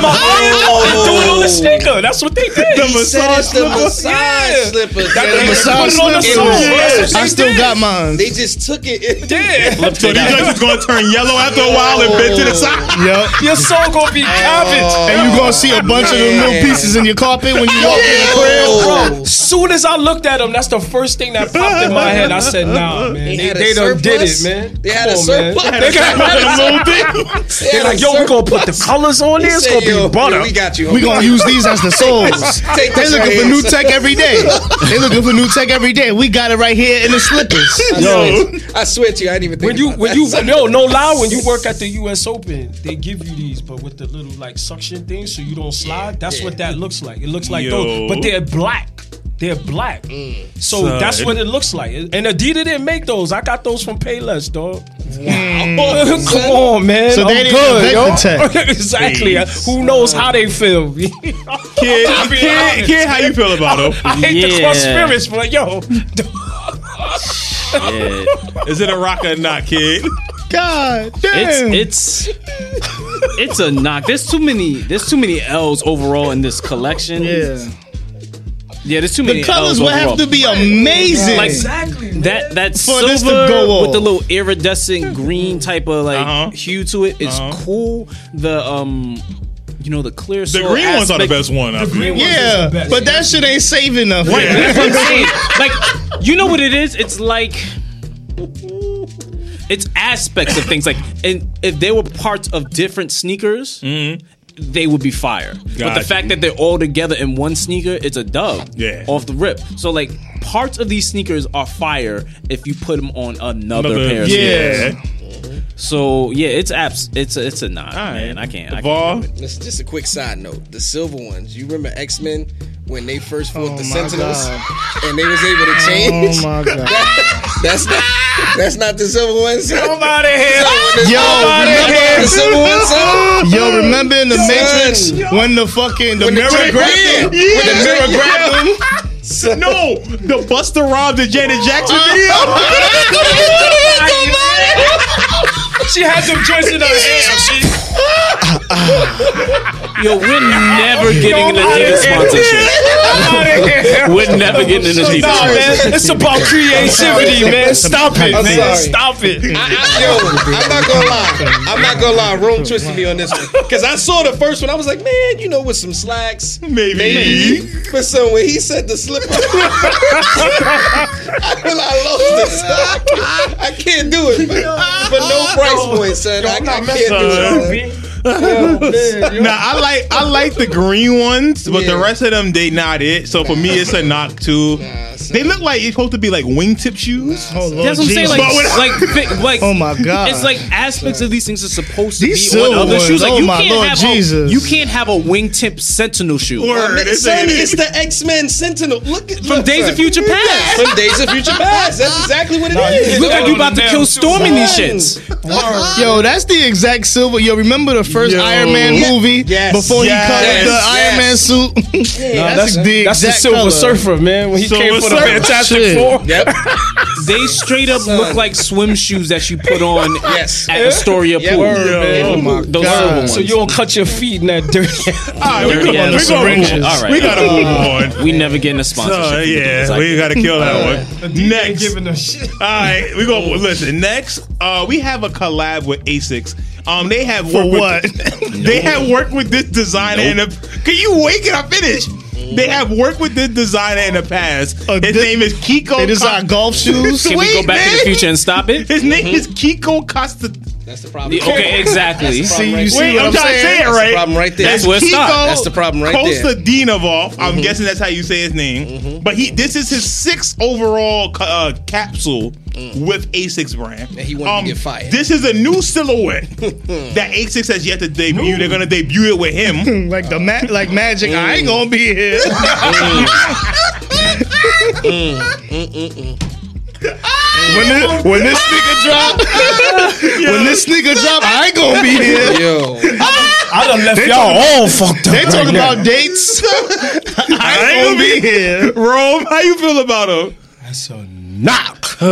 S5: am I lying? They threw it on the sneaker. That's what they did.
S4: The
S2: He said it's the
S4: massage
S2: massage slippers.
S5: That-
S2: They-
S5: they
S6: massage
S5: put it on the sole.
S6: slippers.
S5: That's what
S4: Yes.
S5: they
S6: I still
S5: did.
S6: got mine.
S2: They just took it.
S5: Yeah.
S4: So these joints is gonna turn yellow after a while and bend to
S5: Oh.
S4: the side.
S6: Yep.
S5: Your soul gonna be cabbage.
S2: Oh.
S6: And you gonna see a bunch of them little pieces in your carpet when you walk in the crib.
S2: Bro,
S5: Soon as I looked at them, that's the first thing that popped in my head. I said, Nah, man, they,
S2: had a
S5: they done did it,
S2: surplus?
S5: man.
S2: They
S5: Come
S2: had a
S5: on, man.
S2: surplus?
S5: They got They're like, yo, we gonna put the colors on
S2: He
S5: this. It's
S2: said,
S5: gonna be
S2: yo,
S5: butter.
S2: yo, We got you.
S6: We gonna use these as the soles.
S2: Take
S6: They
S2: this right
S6: looking for
S2: here.
S6: new tech every day. They looking for new tech every day. We got it right here in the slippers.
S4: Yo,
S2: I swear to you, I didn't even think
S5: when you
S2: about
S5: when
S2: that.
S5: you no no lie when you work at the U.S. Open they give you these but with the little like suction thing so you don't slide that's what that looks like it looks like
S4: Yo.
S5: those
S4: Mm.
S5: but they're black they're black so
S4: Son.
S5: that's what it looks like and Adidas didn't make those I got those from Payless dog come on man
S6: So they
S5: I'm
S6: didn't
S5: good,
S6: invent
S5: yo.
S6: the tech.
S5: exactly who knows how they feel kid
S4: kid, kid, kid, how you feel about him?
S5: I hate the
S1: Yeah.
S5: cross spirits but yo
S1: Yeah.
S4: Is it a rock or not, kid?
S6: God damn.
S1: It's it's it's a knock. There's too many. There's too many L's overall in this collection.
S6: yeah.
S1: yeah. There's too many.
S6: The
S1: L's
S6: colors would
S1: overall.
S6: have to be amazing.
S1: Like
S5: exactly man.
S1: that that
S6: For
S1: silver
S6: this to go
S1: with the
S6: on.
S1: little iridescent green type of like
S4: Uh-huh.
S1: hue to it is
S4: Uh-huh.
S1: cool. The um, you know, the clear.
S4: The green ones are the best one. I feel.
S5: Green ones is the
S6: yeah,
S5: best.
S6: but that shit ain't saving nothing.
S1: That's what I'm saying. Like, you know what it is? It's like it's aspects of things. Like, and if they were parts of different sneakers,
S4: Mm-hmm.
S1: they would be fire. but
S4: Got
S1: the
S4: you.
S1: fact that they're all together in one sneaker, it's a dub.
S4: Yeah.
S1: Off the rip. So like. Parts of these sneakers are fire if you put them on another,
S4: Another-
S1: pair. Of sneakers.
S4: yeah.
S1: So yeah, it's apps. It's a, it's a knock,
S4: All right.
S1: man. I can't. I can't.
S4: Var,
S2: Listen, just a quick side note. The silver ones. You remember X Men when they first fought
S6: Oh
S2: the
S6: my
S2: Sentinels
S6: God.
S2: and they was able to change.
S6: Oh my god.
S2: that's not. That's not the silver ones.
S5: I'm out of here
S6: Yo,
S2: the
S6: remember,
S2: silver ones. son?
S6: yo, remember in the Matrix when the fucking the
S2: When the
S6: mirror
S2: chick- yeah,
S6: grabbed him?
S2: when
S6: When the
S2: the
S6: mirror
S2: chick-
S6: grabbed him?
S4: no, the Buster Rhymes and Janet
S6: Uh,
S4: Jackson video.
S6: oh,
S5: she had them joints in her hand she
S1: Yo, we're never getting an Adidas sponsorship. We're never getting an Adidas
S5: Nah,
S1: sponsorship.
S5: man, it's about creativity, man. Stop it,
S2: I'm
S5: man.
S2: sorry.
S5: Stop it.
S2: I, I, yo, I'm not gonna lie. I'm not gonna lie. Rome twisted me on this one because I saw the first one. I was like, man, you know, with some slacks.
S4: Maybe.
S2: But so when he said the slipper, I feel I lost this. I can't do it. But, but no price point, son. I, I can't do it.
S4: Now I like I like the green ones, but the
S2: Yeah.
S4: rest of them they not it. So for me, it's a knock too.
S2: son.
S4: they look like it's supposed to be like wingtip shoes.
S6: Oh, Lord
S1: That's what I'm saying.
S6: Jesus.
S1: Like, like, fi- like,
S6: Oh my God.
S1: It's like aspects of these things are supposed to
S6: These
S1: be on
S6: silver
S1: other
S6: ones.
S1: shoes. Like,
S6: Oh
S1: you
S6: my
S1: can't
S6: Lord
S1: have A,
S6: Jesus.
S1: you can't have a wingtip sentinel shoe
S2: Son,
S4: Word, it's saying
S2: it's
S4: it.
S2: the X Men Sentinel. Look at
S1: from
S2: look,
S1: Days
S2: son.
S1: of Future Past.
S2: From Days of Future Past. That's exactly what it is.
S1: Look like you about to
S5: Damn,
S1: kill
S5: too,
S1: Storm in these
S2: son.
S1: shits.
S6: Yo, that's the exact silver. Yo, remember the first first
S4: Yo.
S6: Iron Man
S2: Yeah.
S6: movie
S2: Yes.
S6: before
S4: Yes.
S2: Yes.
S6: he colored the Iron Man suit.
S5: that's
S2: that's-
S6: the
S5: That's the
S6: exact
S5: Silver
S6: color.
S5: Surfer, man. When he
S4: Silver
S5: came for the
S4: Surfer.
S5: Fantastic
S6: Shit.
S5: Four.
S2: Yep.
S1: They straight up
S2: Son.
S1: look like swim shoes that you put on
S2: Yes.
S1: at Astoria
S2: Yeah.
S1: Pool.
S2: Word, man.
S6: Oh my
S1: Those
S6: God.
S1: silver ones.
S5: So you don't cut your feet in that dirty.
S4: All right, Ah, we
S1: Dirty ass
S4: gonna- we gonna move
S1: syringes.
S4: on.
S1: All right.
S4: We gotta move on.
S1: we never getting a sponsorship.
S4: So,
S1: from Dickens,
S4: yeah,
S1: I
S4: we
S1: guess.
S4: gotta kill that one. Next,
S5: a shit.
S4: all right, we
S6: Oh.
S4: go. Listen, next, uh, we have a collab with Asics. Um, they have worked
S6: what?
S4: With, they have worked with this designer. In the, can you wait? Can I finish?
S6: Mm.
S4: They have worked with this designer in the past.
S6: Uh,
S4: His
S6: this-
S4: name is Kiko.
S6: It is
S4: Ka-
S6: our golf shoes. Mm-hmm.
S1: Can we go
S4: Wait,
S1: back to
S4: man.
S1: the future and stop it?
S4: His name is Kiko Costa.
S2: That's the problem.
S1: Yeah, Okay, exactly.
S2: That's the
S6: See,
S2: problem
S6: you
S2: right
S6: see
S2: there.
S4: Wait,
S6: what
S4: I'm,
S6: I'm
S4: trying to
S6: saying?
S4: say it
S2: That's the
S4: right.
S2: problem right there.
S1: That's where it stopped.
S2: That's the problem right
S4: Costa
S2: there.
S4: Dinovov. I'm guessing that's how you say his name. But he, this is his sixth overall ca- uh, capsule with Asics brand.
S2: And
S4: Um,
S2: he wanted to get fired.
S4: This is a new silhouette that Asics has yet to debut. They're gonna debut it with him.
S6: like the ma- like magic. I ain't gonna be here. When this, when this sneaker drop, when this sneaker drop, I ain't gonna be here.
S2: Yo,
S5: I done left
S6: They
S5: y'all
S6: talking-
S5: all fucked up.
S6: They talk
S5: right now.
S6: about dates. I
S4: ain't
S6: ain't gonna be here.
S4: Rome, how you feel about him?
S5: That's a
S4: Knock.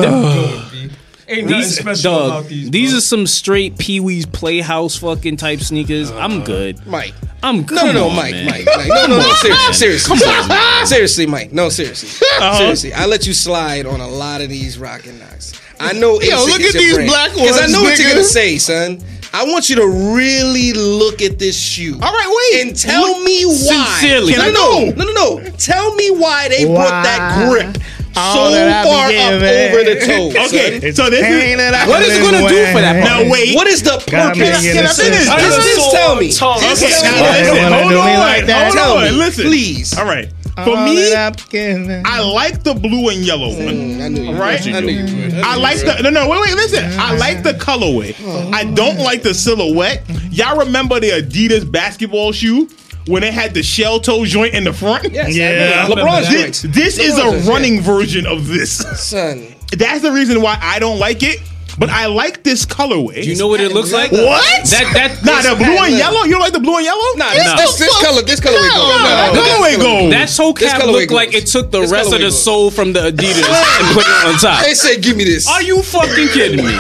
S5: Ain't nothing
S1: These,
S5: special
S1: dog,
S5: about
S1: these,
S5: these.
S1: are some straight Pee Wee's Playhouse fucking type sneakers. I'm good.
S2: Mike.
S1: I'm good.
S2: No, no, no, Mike, Mike, Mike. No, no, no, seriously, seriously, seriously, seriously, Mike. No, seriously, seriously. I let you slide on a lot of these rockin' knocks. I know. Yo,
S6: look at these black
S2: Because I
S6: ones,
S2: know what you're
S6: nigga.
S2: gonna say, son. I want you to really look at this shoe.
S4: All right, wait.
S2: and tell me why.
S1: Sincerely.
S2: no,
S1: Can I
S2: no, no, no, no. Tell me why they brought that
S6: Why?
S2: grip
S6: All
S2: so
S6: that I be
S2: far up
S6: giving.
S2: over the toe.
S4: Okay, so this
S6: Pain
S4: is
S6: that I
S1: What is it
S6: live
S1: gonna do for that
S6: with.
S1: part?
S4: now wait.
S2: What is the
S6: Got me
S2: purpose?
S6: in
S2: Can I
S6: a
S2: finish?
S6: sense.
S2: Just, just tell me.
S5: Tongue.
S2: Just
S4: Okay,
S2: tell
S4: now
S2: me.
S6: Why they
S4: listen,
S6: wanna
S4: hold
S6: do
S4: on,
S6: me like that?
S4: hold
S2: Tell
S4: on,
S2: me,
S4: listen.
S2: please.
S4: All right. For
S6: All
S4: me,
S6: that I'm giving.
S4: I like the blue and yellow one.
S2: I knew you would.
S4: Right?
S2: I knew you would. knew
S4: I
S2: you
S4: like
S2: would.
S4: the no no wait wait listen. I like the colorway. I don't like the silhouette. Y'all remember the Adidas basketball shoe when it had the shell toe joint in the front?
S2: Yes,
S6: Yeah.
S2: I know. LeBron's
S4: This,
S2: joints.
S4: this is
S2: LeBron's joints,
S4: a running version of this.
S2: Son.
S4: That's the reason why I don't like it. But I like this colorway.
S1: You know what it looks like?
S4: what?
S1: That that
S4: nah, the blue and
S2: look.
S4: yellow. You don't like the blue and yellow?
S1: no.
S2: Nah, this, this, this color, this color we go.
S4: no, no, no, way gold.
S1: that toe
S2: This
S1: cap looked
S2: colorway
S1: like
S2: goes.
S1: it took the
S2: This
S1: rest of
S2: colorway
S1: the
S2: goes.
S1: soul from the Adidas and put it on top.
S2: They said, give me this.
S1: Are you fucking kidding me?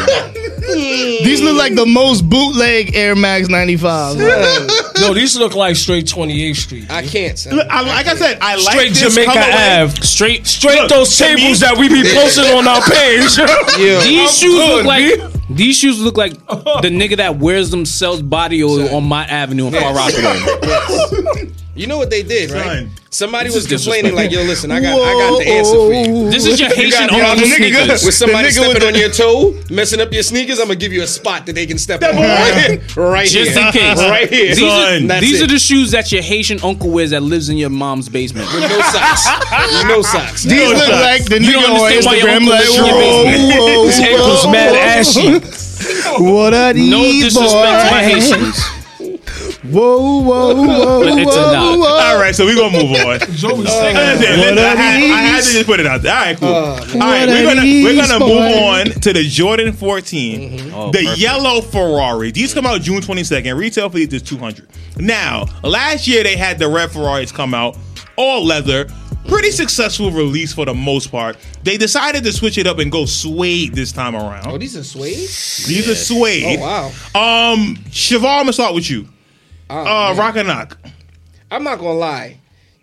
S6: These look like the most bootleg Air Max 95.
S5: no, these look like straight 28th Street.
S2: I can't, son.
S4: I, like I said, I like
S5: straight
S4: this
S5: Jamaica
S4: colorway.
S5: Ave.
S1: Straight
S5: Straight
S4: Look,
S5: those
S4: to me-
S5: tables that we be posting on our page.
S2: Yeah.
S1: These shoes
S5: good,
S1: look like
S5: B.
S1: these shoes look like the nigga that wears themselves body oil on my avenue in Far Rockaway.
S2: You know what they did, right?
S4: Son.
S2: Somebody
S1: This
S2: was
S1: is disrespectful.
S2: complaining like, yo, listen, I got, I got the answer for you.
S1: This is your Haitian
S6: the
S1: only
S6: nigga good.
S1: sneakers.
S2: With somebody
S6: The nigga
S2: stepping on
S6: with
S2: your toe, messing up your sneakers, I'm gonna give you a spot that they can step on right here, right
S1: Just
S2: here,
S1: in case.
S2: right here.
S1: These, are,
S4: Son,
S2: that's
S1: these are
S2: it.
S1: the shoes that your Haitian uncle wears that lives in your mom's basement.
S2: With no socks, no socks.
S6: These look
S4: sucks.
S6: like the
S1: You don't
S6: nigga on
S1: understand why your
S6: Instagram
S1: uncle
S6: like,
S1: is your basement.
S5: His
S6: whoa, whoa,
S5: ankles mad ashy.
S6: whoa, whoa. What are these
S1: No disrespect to my
S6: boys?
S1: Haitians.
S6: Whoa, whoa, whoa,
S1: But it's a
S6: whoa,
S1: knock.
S6: whoa.
S4: Uh, All right, so we're gonna move on. Listen, listen, I, had, I had to just put it out there. All right, cool. All right,
S6: Uh,
S4: we're
S6: what are
S4: gonna we're gonna move
S6: these, boy?
S4: on to the Jordan 14,
S2: Mm-hmm.
S1: Oh,
S4: the
S1: perfect.
S4: yellow Ferrari. These come out June 22nd. Retail for these is 200. Now, last year they had the red Ferraris come out, all leather. Pretty successful release for the most part. They decided to switch it up and go suede this time around.
S2: Oh, these are suede.
S4: These are suede.
S2: Oh wow. Oh,
S4: Um, Siobhan, I'm gonna start with you. uh, Rock and Knock.
S2: I'm not gonna lie.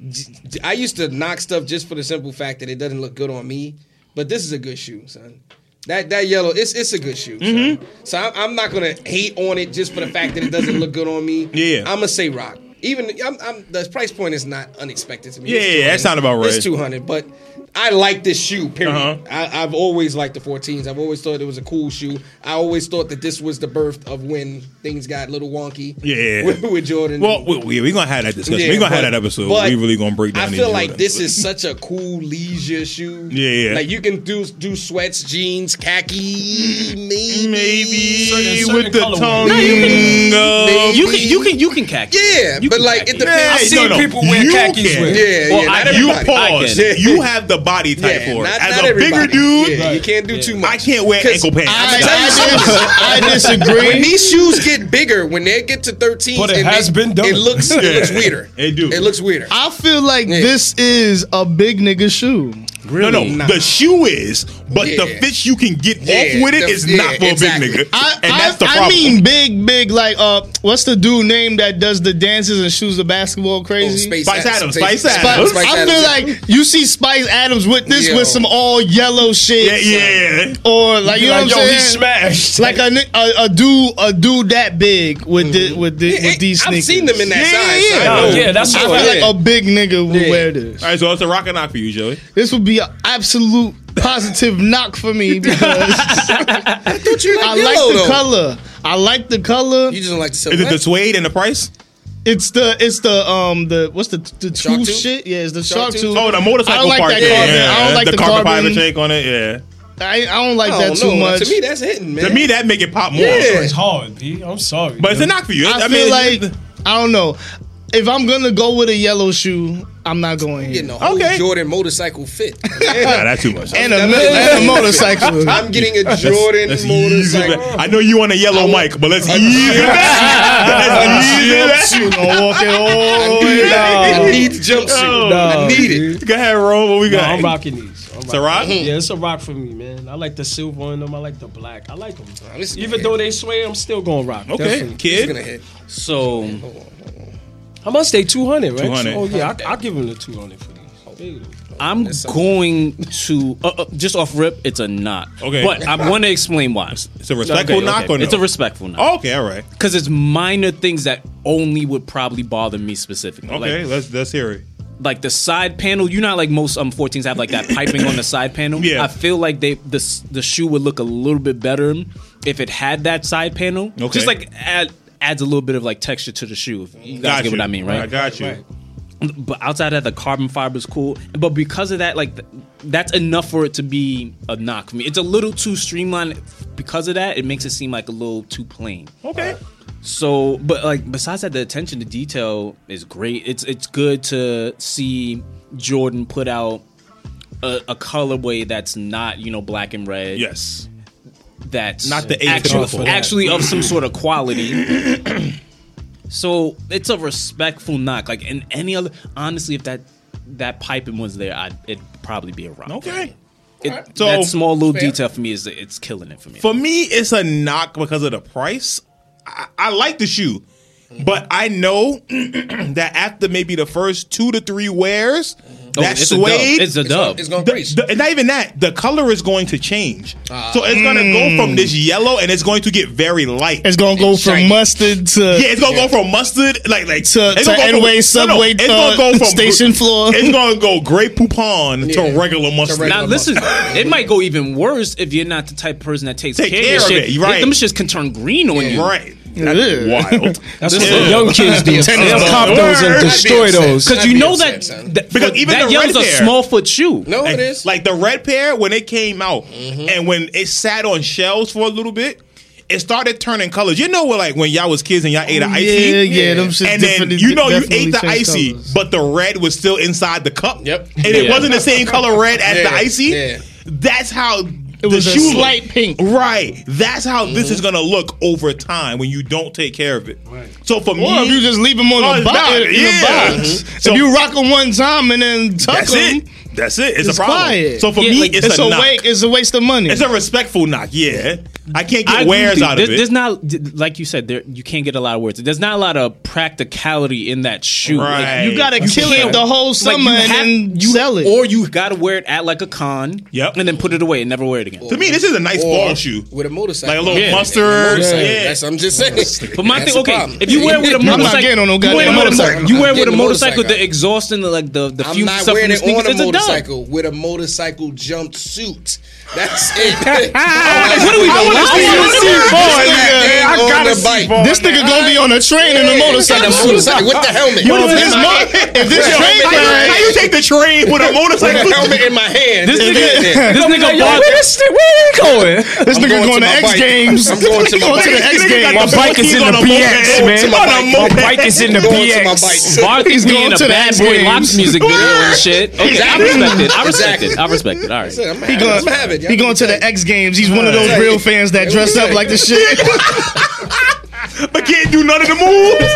S2: J- j- I used to knock stuff just for the simple fact that it doesn't look good on me. But this is a good shoe, son. That that yellow, it's it's a good shoe. son.
S4: Mm-hmm.
S2: So I'm, I'm not gonna hate on it just for the fact that it doesn't look good on me.
S4: Yeah.
S2: I'm gonna say rock. Even I'm, I'm the price point is not unexpected to me.
S4: Yeah,
S2: It's
S4: yeah, yeah, that's
S2: 200.
S4: not about right.
S2: It's 200, but I like this shoe. Period.
S4: Uh-huh.
S2: I, I've always liked the 14s. I've always thought it was a cool shoe. I always thought that this was the birth of when things got a little wonky.
S4: Yeah.
S2: with, with Jordan.
S4: Well, we, we, we're gonna have that discussion. we're gonna have
S2: but-
S4: that episode.
S2: but
S4: we really gonna break down.
S2: I
S4: these
S2: feel like
S4: Jordans.
S2: this is such a cool leisure shoe.
S4: Yeah, yeah.
S2: Like you can do do sweats, jeans, khaki, maybe.
S4: maybe
S5: certain
S4: with the
S5: colorways.
S4: tongue.
S5: No, you
S1: You
S4: up.
S1: can you can you can khaki.
S2: Yeah,
S1: You
S2: but
S1: can
S2: like
S1: khaki.
S2: it depends.
S4: Hey,
S5: I've seen people wear
S4: you
S5: khakis
S4: can.
S5: with.
S2: Yeah,
S1: Well,
S2: yeah.
S1: I-
S2: not
S4: You
S2: everybody.
S1: I
S4: pause.
S1: can.
S4: You have the body type
S2: Yeah,
S4: for it.
S2: not,
S4: As
S2: not
S4: a
S2: everybody.
S4: bigger dude,
S2: Yeah, you can't do too much.
S4: I can't wear
S2: 'Cause
S4: ankle pants.
S6: I,
S4: I, got-
S6: I, dis- I
S2: When
S6: disagree.
S2: these shoes get bigger, when they get to 13,
S5: But it
S2: and
S5: has
S2: they-
S5: been done.
S2: It looks, it looks
S4: Yeah.
S2: weirder.
S4: It do.
S2: It looks weirder.
S6: I feel like this is a big nigga shoe.
S4: no, no.
S2: Nah.
S4: The shoe is, but the
S2: Yeah.
S4: fit you can get
S2: Yeah,
S4: off with it
S2: the-
S4: is
S2: yeah,
S4: not for
S2: exactly.
S4: a big nigga.
S6: I,
S4: and
S6: I,
S4: that's the
S6: I
S4: problem.
S6: mean, big, big. Like, uh, what's the dude name that does the dances and shoots the basketball crazy?
S4: Spice Adams, Spice
S2: Spice
S6: But
S4: Adams.
S2: Spice
S6: I
S2: Oh, Adams,
S6: feel
S2: yeah.
S6: like you see Spice Adams with this
S2: Yo.
S6: with some all yellow
S4: yeah,
S6: shit,
S4: yeah, yeah.
S6: or like you know
S5: Like,
S6: what
S5: yo,
S6: I'm
S5: he
S6: saying.
S5: smashed.
S6: Like a, ni- a a dude a dude that big with the, with the, with these
S2: Mm-hmm. I've
S6: sneakers.
S2: seen them in that size. so I
S5: yeah,
S2: know.
S5: yeah, that's
S6: I
S5: what
S6: feel
S5: I
S2: Yeah.
S6: like a big nigga would wear this.
S4: All right, so it's a rock and knock for you, Joey.
S6: This would be an absolute positive knock for me because I
S2: Don't you like
S6: like
S2: yellow,
S6: the
S2: though?
S6: color. I like the color.
S2: You just don't like the
S4: Is it the
S2: silhouette.
S4: suede and the price?
S6: It's the it's the um the what's the the
S2: Shark
S6: tooth
S2: tooth?
S6: shit? Yeah, it's the
S2: Shark
S6: shark,
S2: tooth?
S6: tooth.
S4: Oh, the motorcycle
S6: I don't like
S4: part.
S6: that
S4: yeah,
S6: carbon.
S4: yeah,
S6: I don't like the,
S4: carbon fiber
S6: carbon.
S4: shake on it. Yeah.
S6: I, I don't like
S2: I
S6: that
S2: don't
S6: too
S2: know.
S6: much.
S2: To me, that's hitting, man.
S4: To me, that make it pop more.
S2: Yeah.
S5: It's hard, B. I'm sorry.
S4: But it's
S5: yo.
S4: a knock for you.
S6: I,
S4: mean,
S6: feel like I don't know. If I'm gonna go with a yellow shoe, I'm not going
S2: you
S6: here.
S2: know, whole
S4: Okay.
S2: Jordan motorcycle fit.
S4: nah, that's too much.
S6: And a,
S2: That's-
S6: and a motorcycle.
S2: I'm getting a
S4: That's-
S2: Jordan
S4: that's easy, man.
S2: motorcycle.
S4: I know you want a yellow mic, but let's ease it back. Let's ease it back.
S6: Shoe, gonna walk it
S4: Oh,
S6: all the way
S2: I
S6: down.
S2: need jumpsuit.
S5: Nah,
S2: I need it.
S5: dude.
S4: Go ahead, roll. What we
S5: Nah,
S4: got?
S5: I'm rocking these. I'm
S4: It's a
S5: rocking
S4: rock?
S5: these. Yeah, it's a rock for me, man. I like the silver in them. I like the black. I like them.
S2: this is
S5: Even
S2: gonna
S5: though they sway, I'm still gonna rock.
S4: Okay,
S5: definitely.
S2: It's gonna hit.
S4: kid.
S1: So
S5: How much they? Two hundred, right?
S4: 200.
S5: Oh yeah, I, I'll give him the two hundred for these.
S1: I'm going to uh, uh, just off rip. It's a knock.
S4: Okay.
S1: but I want to explain why.
S4: It's a respectful
S1: Okay,
S4: knock
S1: okay.
S4: or no?
S1: It's a respectful knock.
S4: Oh, okay, all right.
S1: because it's minor things that only would probably bother me specifically.
S4: Okay,
S1: Like,
S4: let's let's hear it.
S1: like the side panel. You know, how, like most um 14s have like that piping on the side panel.
S4: Yeah.
S1: I feel like they the s- the shoe would look a little bit better if it had that side panel.
S4: Okay.
S1: just like add, adds a little bit of like texture to the shoe. If you guys
S4: Got
S1: get what
S4: you.
S1: I mean, right?
S4: I got you.
S1: but outside of that, the carbon fiber is cool. But because of that, like th- that's enough for it to be a knock for me. It's a little too streamlined. Because of that, it makes it seem like a little too plain.
S4: Okay.
S1: So, but like besides that, the attention to detail is great. It's it's good to see Jordan put out a, a colorway that's not you know black and red.
S4: Yes.
S1: that's
S4: Not the eighth
S1: actual,
S4: colorful.
S1: actually of some sort of quality. so it's a respectful knock. Like in any other, honestly, if that that piping was there, I'd, it'd probably be a rock.
S4: Okay.
S1: It,
S4: So-
S1: that small little detail for me is it's killing it for me.
S4: For me, it's a knock because of the price. I, I like the shoe,
S1: Mm-hmm.
S4: but I know that after maybe the first two to three wears,
S1: Oh,
S4: that
S1: it's a
S4: suede.
S1: dub. It's a dub.
S2: It's gonna
S4: the-
S2: breach.
S4: the- and not even that, the color is going to change.
S1: Ah.
S4: so it's going to go
S6: Mm.
S4: from this yellow and it's going to get very light.
S6: It's gonna go from
S2: shiny.
S6: mustard to
S4: yeah, it's gonna go from mustard, like like
S6: To-
S4: it's gonna
S6: to
S4: go from-
S6: N-way subway, uh, station floor.
S4: It's gonna go great poupon
S2: Yeah.
S4: to regular mustard.
S2: regular
S1: Now
S2: Like,
S1: listen, it might go even worse if you're not the type of person that takes
S4: Take
S1: care,
S4: care
S1: of
S4: of
S1: shit.
S4: it, right.
S1: Them shits can turn green on you.
S4: right?
S6: Ugh.
S4: Wild.
S5: That's what the young kids do.
S6: Tennis
S5: They'll
S6: ball.
S5: cop those
S2: I'd
S5: and
S2: be
S5: destroy
S2: upset.
S5: those.
S1: Because
S2: I'd
S1: you
S2: be
S1: know
S2: upset,
S1: that,
S2: son.
S1: that
S4: Because
S1: but
S4: even
S1: that
S4: the
S1: yellow's
S4: red
S1: a
S4: hair-
S1: small foot shoe.
S2: No, it
S4: And,
S2: is.
S4: Like the red pair when it came out,
S6: Mm-hmm.
S4: and when it sat on shelves for a little bit, it started turning colors. You know, what, like when y'all was kids and y'all ate an
S6: yeah,
S4: icy,
S6: yeah, them shit
S4: and then
S6: definitely-
S4: you know you
S6: definitely
S4: ate the
S6: change
S4: icy,
S6: colours.
S4: but the red was still inside the cup.
S2: Yep.
S4: and it
S1: Yeah.
S4: wasn't the same color red as the
S2: Yeah,
S4: icy.
S2: yeah.
S4: That's how.
S6: it was
S4: the
S6: a
S4: shoe looked.
S6: slight pink.
S4: Right. That's how this
S6: Mm-hmm.
S4: is gonna look over time when you don't take care of it. Right. So for me,
S6: Or if you just leave them on
S4: Oh,
S6: the,
S4: it's
S6: bo-
S4: not.
S6: in the
S4: Yeah.
S6: box.
S4: Mhm. So-
S6: if you rock them one time and then tuck
S4: that's
S6: them,
S4: it. That's it. It's,
S6: it's
S4: a problem.
S6: quiet.
S4: So for
S1: Yeah,
S4: me,
S1: like,
S4: it's,
S6: it's
S4: a,
S6: a,
S4: knock.
S6: wa- it's a waste of money.
S4: It's a respectful knock, yeah. I can't
S1: I
S4: get
S1: agree with
S4: wares
S1: you.
S4: out
S1: There-
S4: of it.
S1: There's not, like you said, there you can't get a lot of words. There's not a lot of practicality in that shoe. Like,
S4: Right.
S6: you gotta kill it the whole
S1: like, you
S6: summer and
S1: have-
S6: then
S1: you-
S6: sell it.
S1: or you gotta wear it at like a con,
S4: Yep.
S1: and then put it away and never wear it again.
S4: to me, this is a nice
S2: Or
S4: ball shoe.
S2: with a motorcycle,
S4: Like a little
S1: Yeah.
S4: mustard.
S2: Motorcycle.
S4: Yeah.
S2: That's I'm just saying.
S1: But my thing,
S2: That's the
S1: okay,
S2: problem.
S1: if you wear it with a
S2: I'm
S6: not
S1: motorcycle,
S6: getting on no
S1: you wear it
S6: goddamn
S1: with a
S6: motorcycle.
S1: mo- You wear it with
S2: I'm
S1: a
S2: getting the
S1: motorcycle,
S2: motorcycle.
S1: the exhaust and the, like the the
S2: I'm
S1: fumes
S2: not
S1: stuff
S2: wearing
S1: from the
S2: it on
S1: sneakers.
S2: a
S1: It's a dub.
S2: motorcycle with a motorcycle jumpsuit. That's it. what
S1: do we- I wanna
S4: see you see
S2: Just
S4: boy,
S2: that
S4: nigga.
S2: thing
S4: I
S2: on
S4: gotta
S2: a bike.
S6: This nigga gonna be on a train and a
S2: And a
S6: motorcycle.
S2: motorcycle with the helmet.
S6: Yo, if this, mo- if this train
S4: How you- how
S6: ride,
S4: you take the train with a
S2: with
S4: motorcycle?
S2: the helmet in my hand.
S1: This
S2: And
S1: nigga,
S2: then-
S1: this nigga bought
S5: this nigga, where are you going?
S6: this
S2: I'm
S6: nigga going to
S2: my
S6: X
S2: bike.
S6: Games.
S2: I'm going to
S6: He
S2: my
S6: going to
S2: bike.
S6: the X Games.
S4: got
S1: my bike is in the BX, man.
S2: my
S4: My
S2: bike.
S4: bike is in the
S2: I'm going to my bike.
S1: Barkley's
S6: He's going
S1: being a
S6: to the
S1: bad
S6: X
S1: boy
S6: Games.
S1: Lops music video and shit. Okay,
S2: Exactly.
S1: I respect it. I respect it. I respect
S2: Exactly.
S1: it. All right.
S2: I'm
S6: He
S2: having- I'm
S6: going,
S2: having it.
S6: he going to the X Games. He's one of those real fans that dress up like the shit.
S4: But can't do none of the moves.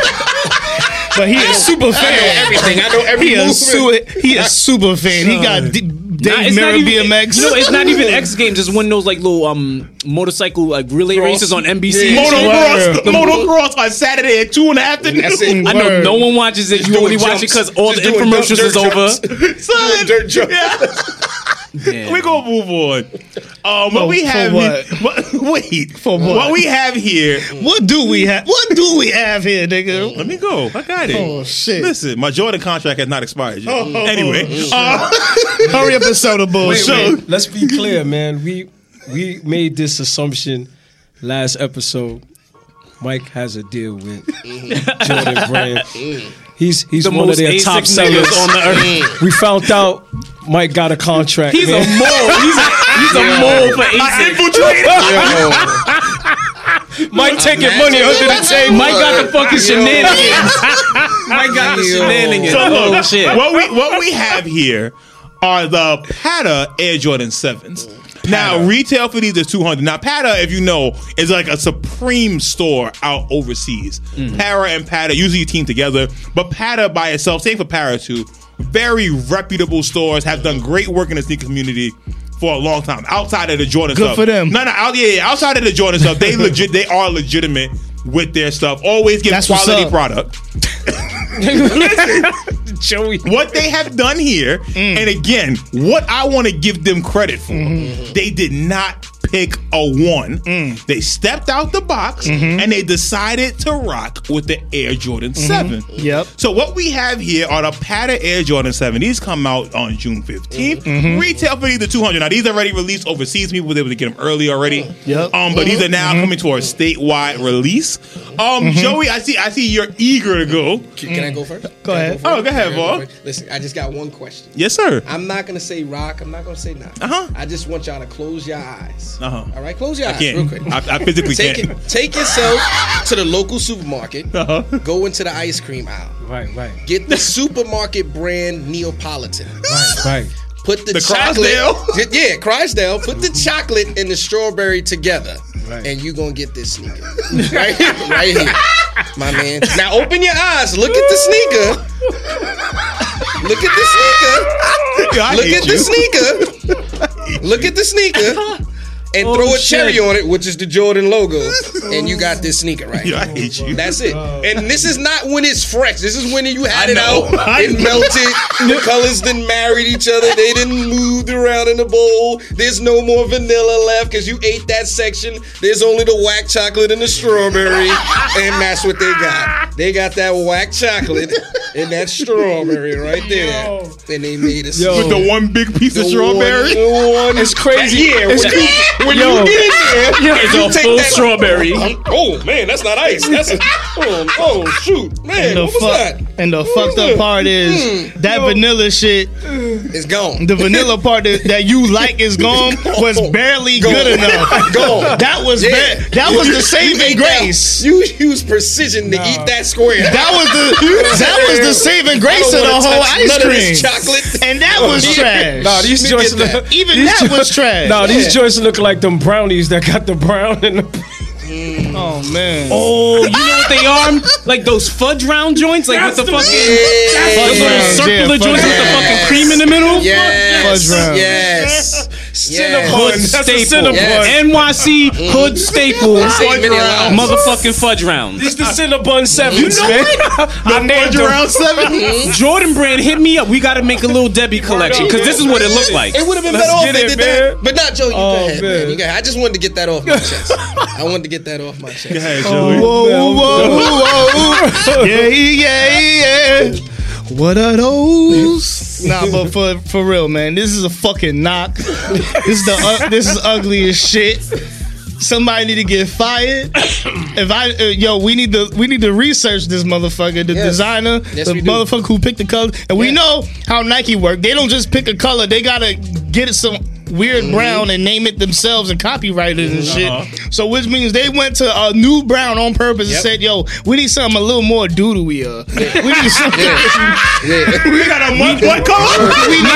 S6: But he a super fan.
S2: everything. I know every
S6: He a
S2: movement.
S6: su- he a super fan. He got D- Dave
S1: it's not
S6: Mirra
S1: even-
S6: BMX.
S1: You know, it's not even X Games. It's one of those like little um motorcycle like relay races on NBC. and shit.
S4: Motocross, motocross on Saturday at two in the afternoon.
S2: That's it.
S1: I know no one watches it. You
S2: doing
S1: only watch it
S2: jumps.
S1: because all
S2: Just
S1: the
S2: doing jump-
S1: infomercials
S2: dirt
S1: is over.
S2: jumps.
S4: Son,
S2: Dirt jump.
S1: Damn.
S4: we gonna move on. Um, what
S6: For-
S4: we
S6: for
S4: have,
S6: what?
S4: what- wait,
S6: For what?
S4: we have here?
S6: What do we have? What do we have here, nigga?
S4: Let me go. I got it.
S6: Oh, shit. Oh,
S4: Listen, my Jordan contract has not expired yet. anyway, uh,
S6: Hurry up and sell the bullshit.
S4: so
S5: Let's be clear, man. We we made this assumption last episode. Mike has a deal with Jordan Brand.
S6: Mm.
S5: He's he's
S1: The
S5: one of
S1: most
S5: their
S1: basic
S5: top
S1: niggas
S5: sellers Mm.
S1: on the earth.
S5: We found out Mike got a contract.
S1: He's a
S5: man.
S1: mole. He's a, he's a mole for
S4: I
S1: ASIC.
S4: infiltrated.
S1: Mike taking
S2: Imagine
S1: money under the
S2: that.
S1: table. Mike got the fucking
S2: Yo.
S1: shenanigans. Mike got the shenanigans.
S4: So
S1: Oh
S4: look,
S1: shit.
S4: what we what we have here are the Pata Air Jordan Sevens. Now retail for these is two hundred. Now Pata, if you know, is like a supreme store out overseas.
S6: Mm.
S4: Para and Pata usually team together, but Pata by itself, same for Para too. Very reputable stores have done great work in the sneaker community for a long time. Outside of the Jordan
S6: Good
S4: stuff,
S6: for them.
S4: No, no, out, yeah, yeah, outside of the Jordan stuff, they legit, they are legitimate with their stuff. Always get
S6: That's what's
S4: quality
S6: up.
S4: product
S5: Joey.
S4: what they have done here,
S6: Mm.
S4: and again, what I want to give them credit for,
S6: Mm-hmm.
S4: they did not pick a one.
S6: Mm.
S4: They stepped out the box
S6: Mm-hmm.
S4: and they decided to rock with the Air Jordan 7.
S6: Yep.
S4: So what we have here are the Pata Air Jordan 7. These come out on June 15th.
S6: Mm-hmm.
S4: Retail for these are 200. Now these already released overseas. People were able to get them early already.
S6: Mm-hmm. Yep. Mm-hmm.
S4: Um, but these are now coming to our statewide release. Um, Joey, I see I see you're eager to Mm. go.
S2: Can I go first?
S6: Go
S2: Can I
S6: ahead.
S2: first?
S4: Oh, go
S2: Can
S4: ahead,
S2: I
S4: Vaughn.
S2: first? Listen, I just got one question.
S4: Yes, sir.
S2: I'm not gonna say rock. I'm not gonna say nothing.
S4: Uh-huh.
S2: I just want y'all to close your eyes.
S4: Uh-huh.
S2: All right, close your eyes real
S4: can't.
S2: quick.
S4: I, I physically
S2: Take
S4: can't. Uh-huh.
S2: it, take yourself to the local supermarket. Go into the ice cream aisle.
S5: Right, right,
S2: Get the supermarket brand Neapolitan.
S5: right, right.
S2: Put the,
S4: The
S2: chocolate.
S4: Crosdale?
S2: Yeah, Crysdale. Put the chocolate and the strawberry together,
S5: Right.
S2: and you gonna get this sneaker right here, right here, my man. Now open your eyes. Look at the sneaker. Look at the sneaker.
S4: Yo, I
S2: Look
S4: hate
S2: at
S4: you.
S2: the sneaker. Look at the sneaker. And throw
S4: Oh,
S2: a cherry on it, which is the Jordan logo, and you got this sneaker right.
S4: Yo, I
S2: here.
S4: hate you.
S2: That's it. And this is not when it's fresh. This is when you had it
S4: know.
S2: out.
S4: I
S2: It melted. The colors then married each other. They didn't moved around in the bowl. There's no more vanilla left because you ate that section. There's only the whack chocolate and the strawberry. And that's what they got. They got that whack chocolate and that strawberry right there. And they made us
S5: Yo.
S4: with the one big piece of strawberry.
S2: it's crazy. Yeah, when, when
S5: Yo.
S2: you get in there,
S1: It's
S2: you
S1: a
S2: take
S1: full
S2: that-
S1: strawberry.
S2: I'm- oh man, that's not ice. That's a, oh, oh shoot, man,
S6: And the,
S2: what was
S6: fuck,
S2: that? Hmm.
S6: and the fucked up part is that vanilla shit.
S2: It's gone.
S6: The vanilla part that, that you like is gone was barely
S2: Gone.
S6: good enough.
S2: Gone.
S6: That was
S2: Yeah.
S6: ba- that was the saving
S2: ate
S6: grace.
S2: That, you use precision to eat that square.
S6: That was the that was the saving grace of the
S2: wanna
S6: whole
S2: touch none
S6: ice
S2: of this
S6: cream.
S2: chocolate.
S6: And that was trash.
S5: Nah, these
S2: Nigga
S5: joints
S2: that.
S5: look,
S6: Even
S5: these
S6: that
S5: jo-
S6: was trash.
S5: Nah, these joints look like them brownies that got the brown and the.
S6: Oh man.
S1: Oh, you know what they are? Like those fudge round joints, like with the fucking those little
S6: rounds,
S1: circular
S6: yeah,
S1: joints with the
S2: fudge
S1: fucking
S2: rounds.
S1: cream in the middle.
S2: Yes.
S6: Fudge round.
S2: Yes.
S1: Hood
S2: Yes.
S5: That's a
S1: staple.
S5: Cinnabon.
S2: Yes.
S1: NYC hood staple.
S2: Save many lives.
S1: Motherfucking fudge rounds.
S5: These the Cinnabon Sevens, man. I named them.
S4: seven.
S1: Jordan Brand hit me up. We got to make a little Debbie collection because this is what it looked like.
S2: It would have been
S5: Let's
S2: better off
S5: get
S2: if they did
S5: it, man.
S2: that. But not Joe. You
S5: Oh,
S2: go ahead, man.
S5: man.
S2: You go ahead. I just wanted to get that off my chest. I wanted to get that off my chest. Oh,
S6: Whoa, whoa, whoa. yeah, yeah, yeah. What are those? Nah, but for for uh, real, man, this is a fucking knock. This is the u- this is ugly as shit. Somebody need to get fired. if I, uh, yo, we need to we need to research this motherfucker, the
S2: Yes.
S6: designer,
S2: Yes,
S6: the
S2: we do.
S6: motherfucker who picked the color. And we
S2: Yeah.
S6: know how Nike work. They don't just pick a color. They gotta get it some weird
S2: Mm-hmm.
S6: brown and name it themselves and copyright it and shit. So which means they went to a new brown on purpose
S2: Uh-huh. Yep.
S6: and said, "Yo, we need something a little more doodly. Uh, we need something.
S2: Yeah.
S4: We got a month. What color?
S6: we, need,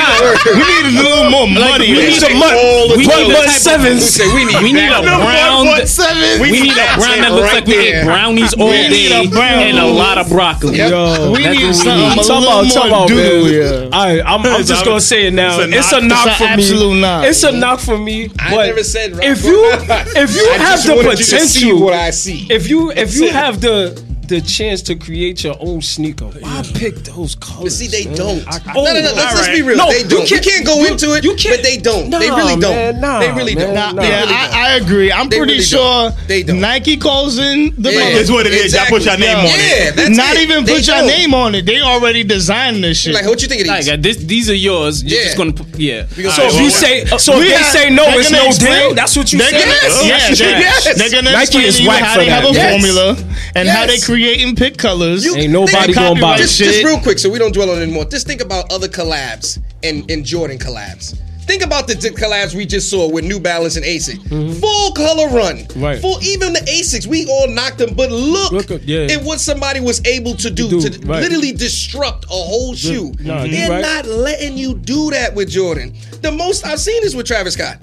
S6: we need a little more money.
S4: we
S6: in
S4: need
S6: it.
S4: some money.
S1: We
S4: One
S1: need the
S4: month
S1: type of-
S2: We
S4: sevens.
S2: say we need
S1: We need
S2: that
S1: a
S2: one.
S1: brown.
S4: One seven.
S1: We need a brown that looks
S2: right
S1: like we
S2: there.
S1: ate brownies all
S6: need
S1: day
S6: a brown.
S1: and a lot of broccoli.
S2: Yep.
S5: Yo.
S6: We
S1: That's
S6: need
S1: what we need.
S6: something a
S5: Talk
S6: little
S5: about, talk
S6: more
S5: about,
S6: doodly. uh.
S5: man. I, I'm, I'm just gonna say it now.
S4: It's a
S5: It's a
S4: knock.
S5: knock,
S6: It's a
S5: for me.
S6: absolute knock.
S5: It's a knock for me.
S2: I
S5: but
S2: never said rock
S5: if you
S2: rock.
S5: if you
S2: I
S5: have
S2: just
S5: the
S2: wanted you to see
S5: potential,
S2: what I see.
S5: if you if you
S2: That's it.
S5: have the the chance to create your own sneaker, why pick those colors?
S2: But see, they don't.
S5: I-
S2: no, no, no. Let's, let's be real.
S5: Oh, No,
S2: they
S5: you
S2: don't. You
S5: can't-
S2: can't, go into it.
S5: you can't-
S2: But they don't. they
S5: Nah,
S2: really don't.
S5: man, nah,
S2: they really
S5: man,
S2: don't.
S5: nah.
S2: They
S6: yeah,
S2: really don't.
S6: I, I agree. I'm
S2: They
S6: pretty
S2: really
S6: sure
S2: don't. They don't.
S6: Nike calls in the
S2: Yeah.
S4: It's
S6: mother-
S4: what it is. Y'all put your name on it.
S2: Yeah, that's
S6: Not
S2: it.
S6: even
S2: They
S6: put your
S2: don't.
S6: name on it. They already designed this shit.
S2: Like, what you think it
S1: Like,
S2: is?
S1: uh, this, these are yours. You're
S2: Yeah.
S1: just gonna, p- yeah.
S2: gonna-
S5: So if
S4: Alright,
S5: you
S4: well,
S5: say so, if
S6: We
S5: they
S6: got-
S5: say no,
S6: they're
S5: it's
S6: gonna
S5: no
S6: explain-
S5: deal. That's what you
S6: they're
S5: say.
S2: Yes,
S6: gonna- yeah,
S2: yes,
S6: they're-
S2: yes.
S6: They're gonna
S5: Nike
S6: explain
S5: is
S6: to you
S5: whack
S6: how
S5: for
S6: they have
S5: that.
S6: a
S2: Yes.
S6: formula and how they
S2: Yes.
S6: create and pick colors.
S2: You-
S5: Ain't
S2: think-
S5: nobody gonna buy
S2: just,
S5: it.
S2: Just real quick, so we don't dwell on it anymore. Just think about other collabs and, and Jordan collabs. Think about the di- collabs we just saw with New Balance and ASIC. Full color run.
S5: Mm-hmm. Right.
S2: Full even the ASICs, we all knocked them, but look,
S5: Look at- yeah.
S2: at what somebody was able to do,
S5: do,
S2: to
S5: right.
S2: literally disrupt a whole shoe.
S5: nah, you
S2: They're
S5: right.
S2: not letting you do that with Jordan. The most I've seen is with Travis Scott.